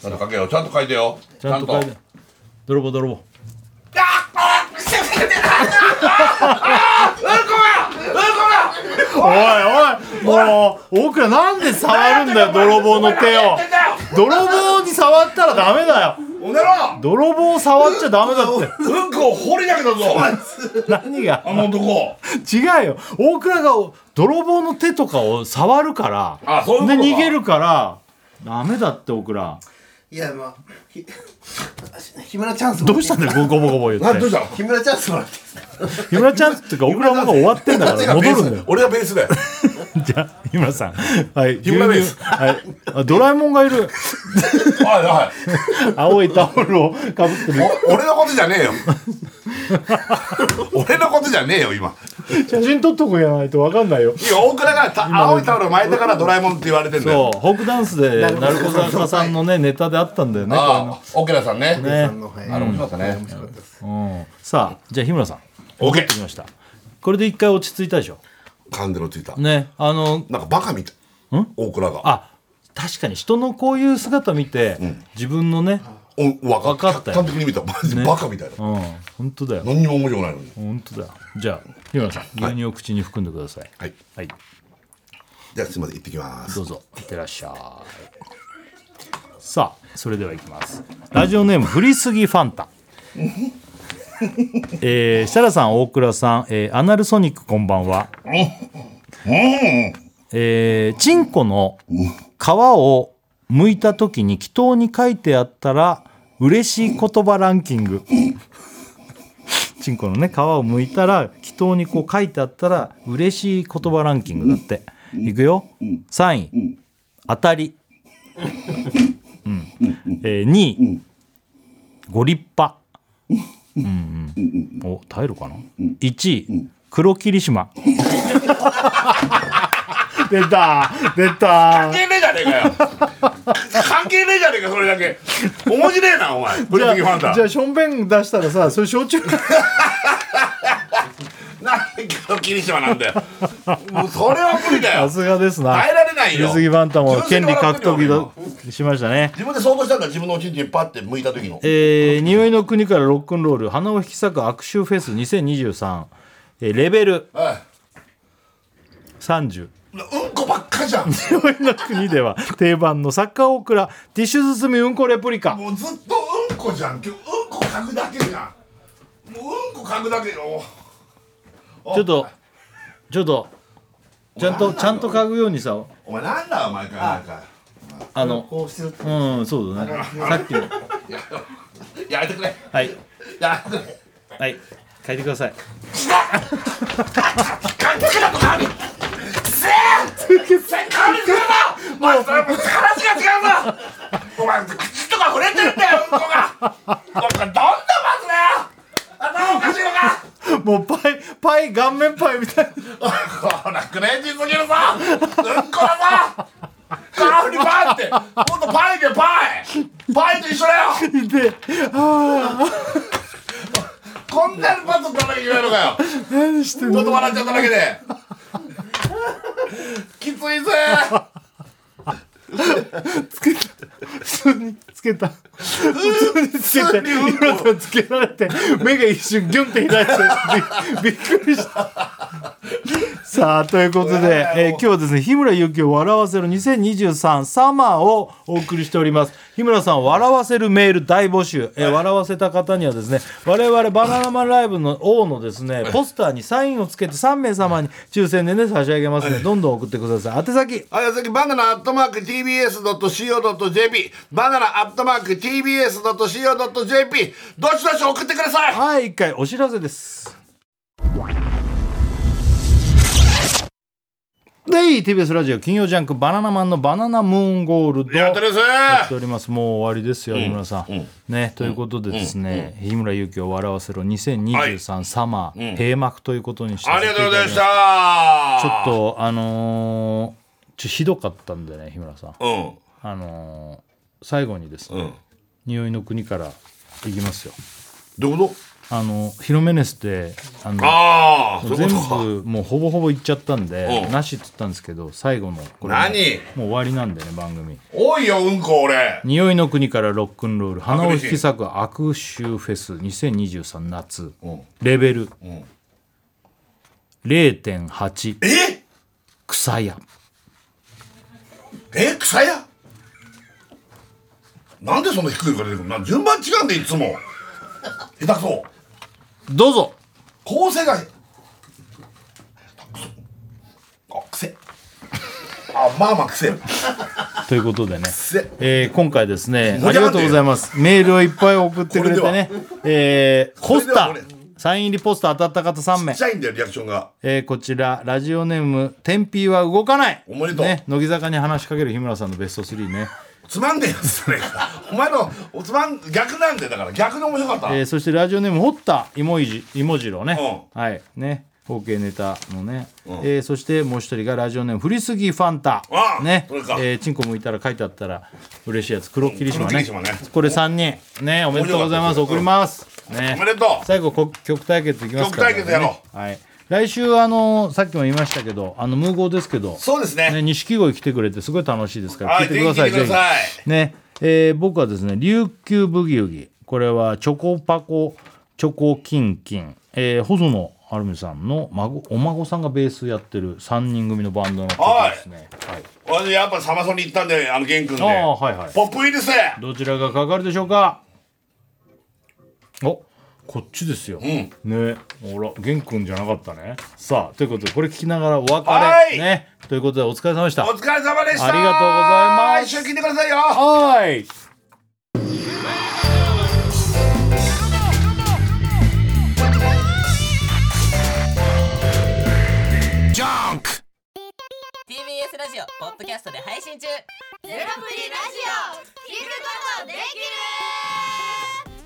Speaker 2: ちゃんと書けよちゃんと書いてよ
Speaker 1: ちゃんと書いて泥棒泥棒おいおいもう大倉なんで触るんだよ泥棒の手を泥棒に触ったらダメだよ
Speaker 2: おねろ
Speaker 1: 泥棒を触っちゃダメだって
Speaker 2: うんこを掘りだけだぞ
Speaker 1: 何が
Speaker 2: あの男
Speaker 1: 違うよ大倉が泥棒の手とかを触るから
Speaker 2: あそういうことか
Speaker 1: で逃げるからダメだって大倉
Speaker 3: いやまあひ (laughs) 日村チャンス
Speaker 1: どうしたんだよゴボゴボ言って
Speaker 2: 何どうしたの
Speaker 3: 日村チャンスもらっていいですか
Speaker 1: 日村ちゃんっていうか、オクラマが終わってんだから、戻るんだよ。
Speaker 2: 俺がベースだよ
Speaker 1: (laughs) じゃあ、日村さん。はい、
Speaker 2: 日村
Speaker 1: 牛乳
Speaker 2: です
Speaker 1: はい、あドラえもんがいる。
Speaker 2: はいはい
Speaker 1: 青いタオルをかぶって (laughs) る。
Speaker 2: お俺のことじゃねえ
Speaker 1: (laughs)
Speaker 2: よ俺のことじゃねえよ今
Speaker 1: 写真撮っとこやないとわかんないよ。
Speaker 2: いや大倉がた青いタオルを巻いたからドラえもんって言われてんだよ
Speaker 1: そう、フォークダンスで、鳴子坂さんのね、ネタであったんだよね。
Speaker 2: ああオケラさんね
Speaker 1: ね
Speaker 3: あのはい
Speaker 2: あれ面白かったね
Speaker 1: うん、さあ、じゃあ、日村さん。
Speaker 2: オケ
Speaker 1: できました。これで一回落ち着いたでしょ
Speaker 2: 噛んでのついた
Speaker 1: ね、あの、
Speaker 2: なんかバカみたい大倉が
Speaker 1: あ、確かに人のこういう姿見て、自分のね。
Speaker 2: おわ
Speaker 1: わかった
Speaker 2: 客
Speaker 1: よ
Speaker 2: 観的に見たらマジでバカみたいな
Speaker 1: うん、本当だよ。
Speaker 2: 何にも面白くないのに
Speaker 1: 本当だよ。じゃあ、日村さん、牛乳を口に含んでください。
Speaker 2: はい
Speaker 1: はい。
Speaker 2: じゃあすいません行ってきます
Speaker 1: どうぞいってらっしゃいさあそれではいきますラジオ
Speaker 2: (laughs)
Speaker 1: ネーム振りすぎファンタえー、設楽さん大倉さん、えーアナルソニックこんばんはえー、チンコの皮を剥いた時に祈祷に書いてあったら嬉しい言葉ランキングチンコのね皮を剥いたら祈祷にこう書いてあったら嬉しい言葉ランキングだって、いくよ、3位、当たり、うんえー2位、ご立派、うんうん、お耐えるかな、1位、黒霧島 (laughs) 出た出た
Speaker 2: 関係ねえじゃねえ (laughs) かよ関係ねえじゃねえかそれだけ面白えなお前ブ
Speaker 1: じ
Speaker 2: レー
Speaker 1: ゃあ
Speaker 2: キファンタ
Speaker 1: じゃあしょんべん出したらさそれ焼
Speaker 2: (laughs)
Speaker 1: 酎
Speaker 2: なんで黒霧島なんだ
Speaker 1: (laughs)
Speaker 2: よもうそれは無理だ
Speaker 1: さ
Speaker 2: よ
Speaker 1: すがですな
Speaker 2: 耐えられないよ
Speaker 1: 水木バンタも権利獲
Speaker 2: 純粋に笑
Speaker 1: 得
Speaker 2: っ
Speaker 1: しましたね
Speaker 2: 自分で想像したんだ自分のおちんちんパッて剥いた時の
Speaker 1: えー、匂いの国からロックンロール花を引き裂く悪臭フェス2023、えーレベル
Speaker 2: は
Speaker 1: 30
Speaker 2: いうんこばっかじゃん
Speaker 1: 匂いの国では定番のサッカーオクラティッシュ包みうんこレプリカ
Speaker 2: もうずっとうんこじゃん今日うんこ嗅ぐだけじゃんもううんこ嗅ぐだけよ
Speaker 1: ちょっとちょっとちゃんとちゃんと嗅ぐようにさ
Speaker 2: お前なんだお前かなんか
Speaker 1: あの
Speaker 3: こうしてると
Speaker 1: うんそうだねさっきの
Speaker 2: やめてくれ
Speaker 1: はい
Speaker 2: やめてくれ
Speaker 1: はい書いてください
Speaker 2: 関係なくなるせーせー変わりすぎるなもうそれもう話が違うぞお前口とか触れてるんだようんこがお前どんどん待つなよ頭おかしいのか
Speaker 1: もうパイパイ顔面パイみたいな
Speaker 2: こらクレイジーすぎるぞうんこだぞ顔ににパイって今度パイでパイパイと一緒だよ
Speaker 1: で
Speaker 2: こんなにパス打たなきゃいけないのかよ
Speaker 1: 何してん
Speaker 2: ちょっ
Speaker 1: の
Speaker 2: と笑っちゃっただけできついぜ
Speaker 1: 普通につけた普通につけて
Speaker 2: 普通にうんこ
Speaker 1: 今のつけられて目が一瞬ギュンって開いてびび (laughs) っくりしたさあということで、えー今日はですね日村勇紀を笑わせる2023サマーをお送りしております日村さん笑わせるメール大募集、えー笑わせた方にはですね我々バナナマンライブの王のですねポスターにサインをつけて3名様に抽選でね差し上げますのでどんどん送ってください宛先
Speaker 2: あやさきバナナアットマーク TBS.CO.JP バナナアットマーク TBS.CO.JP どしどし送ってください
Speaker 1: はい一回お知らせですで TBS ラジオ金曜ジャンク「バナナマンのバナナムーンゴールド」
Speaker 2: やったです
Speaker 1: やっておりますもう終わりですよ、日村さん、ねということでですね、日村勇紀を笑わせろ2023サマー、閉幕ということにして
Speaker 2: ありがとうございました
Speaker 1: ちょっとあのーちょひどかったんでね日村さん
Speaker 2: と
Speaker 1: あのー最後にです
Speaker 2: うん
Speaker 1: ね、
Speaker 2: うん
Speaker 1: 匂いの国からいきますよ
Speaker 2: どういうこ
Speaker 1: あのヒロメネスであの
Speaker 2: とああそういう
Speaker 1: 全
Speaker 2: ことか
Speaker 1: 部もうほぼほぼいっちゃったんで、
Speaker 2: うん
Speaker 1: なしっつったんですけど最後のこれも
Speaker 2: 何
Speaker 1: もう終わりなんでね番組
Speaker 2: 多いようんこ俺
Speaker 1: 「匂いの国からロックンロール花を引き裂く悪臭フェス2023夏」
Speaker 2: ん
Speaker 1: レベル、
Speaker 2: ん
Speaker 1: 0.8
Speaker 2: え
Speaker 1: 草屋
Speaker 2: え草屋なんでそんな低い声出てくるのな順番違うんでいつも下手くそ
Speaker 1: どうぞ
Speaker 2: 構成が下手くそあくせあまあまあくせく
Speaker 1: ということでね
Speaker 2: せ
Speaker 1: えー今回ですね、あ
Speaker 2: 盛
Speaker 1: り
Speaker 2: り上
Speaker 1: が
Speaker 2: がって
Speaker 1: と
Speaker 2: る
Speaker 1: うございます。メールをいっぱい送ってくれてね
Speaker 2: こ、
Speaker 1: えーポス
Speaker 2: こ
Speaker 1: タ
Speaker 2: れで
Speaker 1: ー
Speaker 2: はこ、
Speaker 1: サイン入りポスター当たった方3名
Speaker 2: ちっ、ちゃいんだよリアクションが
Speaker 1: えーこちらラジオネーム「天日は動かない」
Speaker 2: おめでとう
Speaker 1: ね、乃木坂に話しかける日村さんのベスト3ね、
Speaker 2: つまんねえやつじゃねえかお前のおつまん逆なんだよだから逆に面白かった、
Speaker 1: えーそしてラジオネーム「堀田芋いじ芋次郎ね」
Speaker 2: う
Speaker 1: はいね包茎ネタのね、えーそしてもう一人がラジオネーム「振りすぎファンタ」
Speaker 2: ああ
Speaker 1: ね
Speaker 2: これか
Speaker 1: えーチンコ向いたら書いてあったら嬉しいやつ黒霧島ね
Speaker 2: 黒霧島ね
Speaker 1: これ3人ねおめでとうございます
Speaker 2: 面白
Speaker 1: 送ります、ね
Speaker 2: おめでとう
Speaker 1: 最後こ曲対決いきますから、
Speaker 2: 曲対決やろ
Speaker 1: う、はい、来週あのさっきも言いましたけどあの無謀ですけど
Speaker 2: そうですね
Speaker 1: ね、錦鯉来てくれてすごい楽しいですから、
Speaker 2: はい
Speaker 1: 聞いてください、
Speaker 2: ぜひ聞いてください
Speaker 1: ぜひね、えー僕はですね、琉球ブギウギ、これはチョコパコ、チョコキンキン、えー細野晴美さんの孫、お孫さんがベースやってる3人組のバンドの曲ですね。はい。
Speaker 2: 私やっぱサマソニ行ったんだよあの玄君で
Speaker 1: ああ、はいはい。
Speaker 2: ポップウイルス
Speaker 1: どちらがかかるでしょうかおこっちですよ。ねほら、玄君じゃなかったね。さあ、ということで、これ聞きながらお別
Speaker 2: は
Speaker 1: れ。
Speaker 2: い
Speaker 1: ね。ということで、お疲れ様でした
Speaker 2: お。疲れ様でした
Speaker 1: ありがとうございます
Speaker 2: 一緒に聞いてくださいよ
Speaker 1: はい。
Speaker 4: TBS ラジオポッドキャストで配信中
Speaker 5: ゼロプリラジオ聞くことできる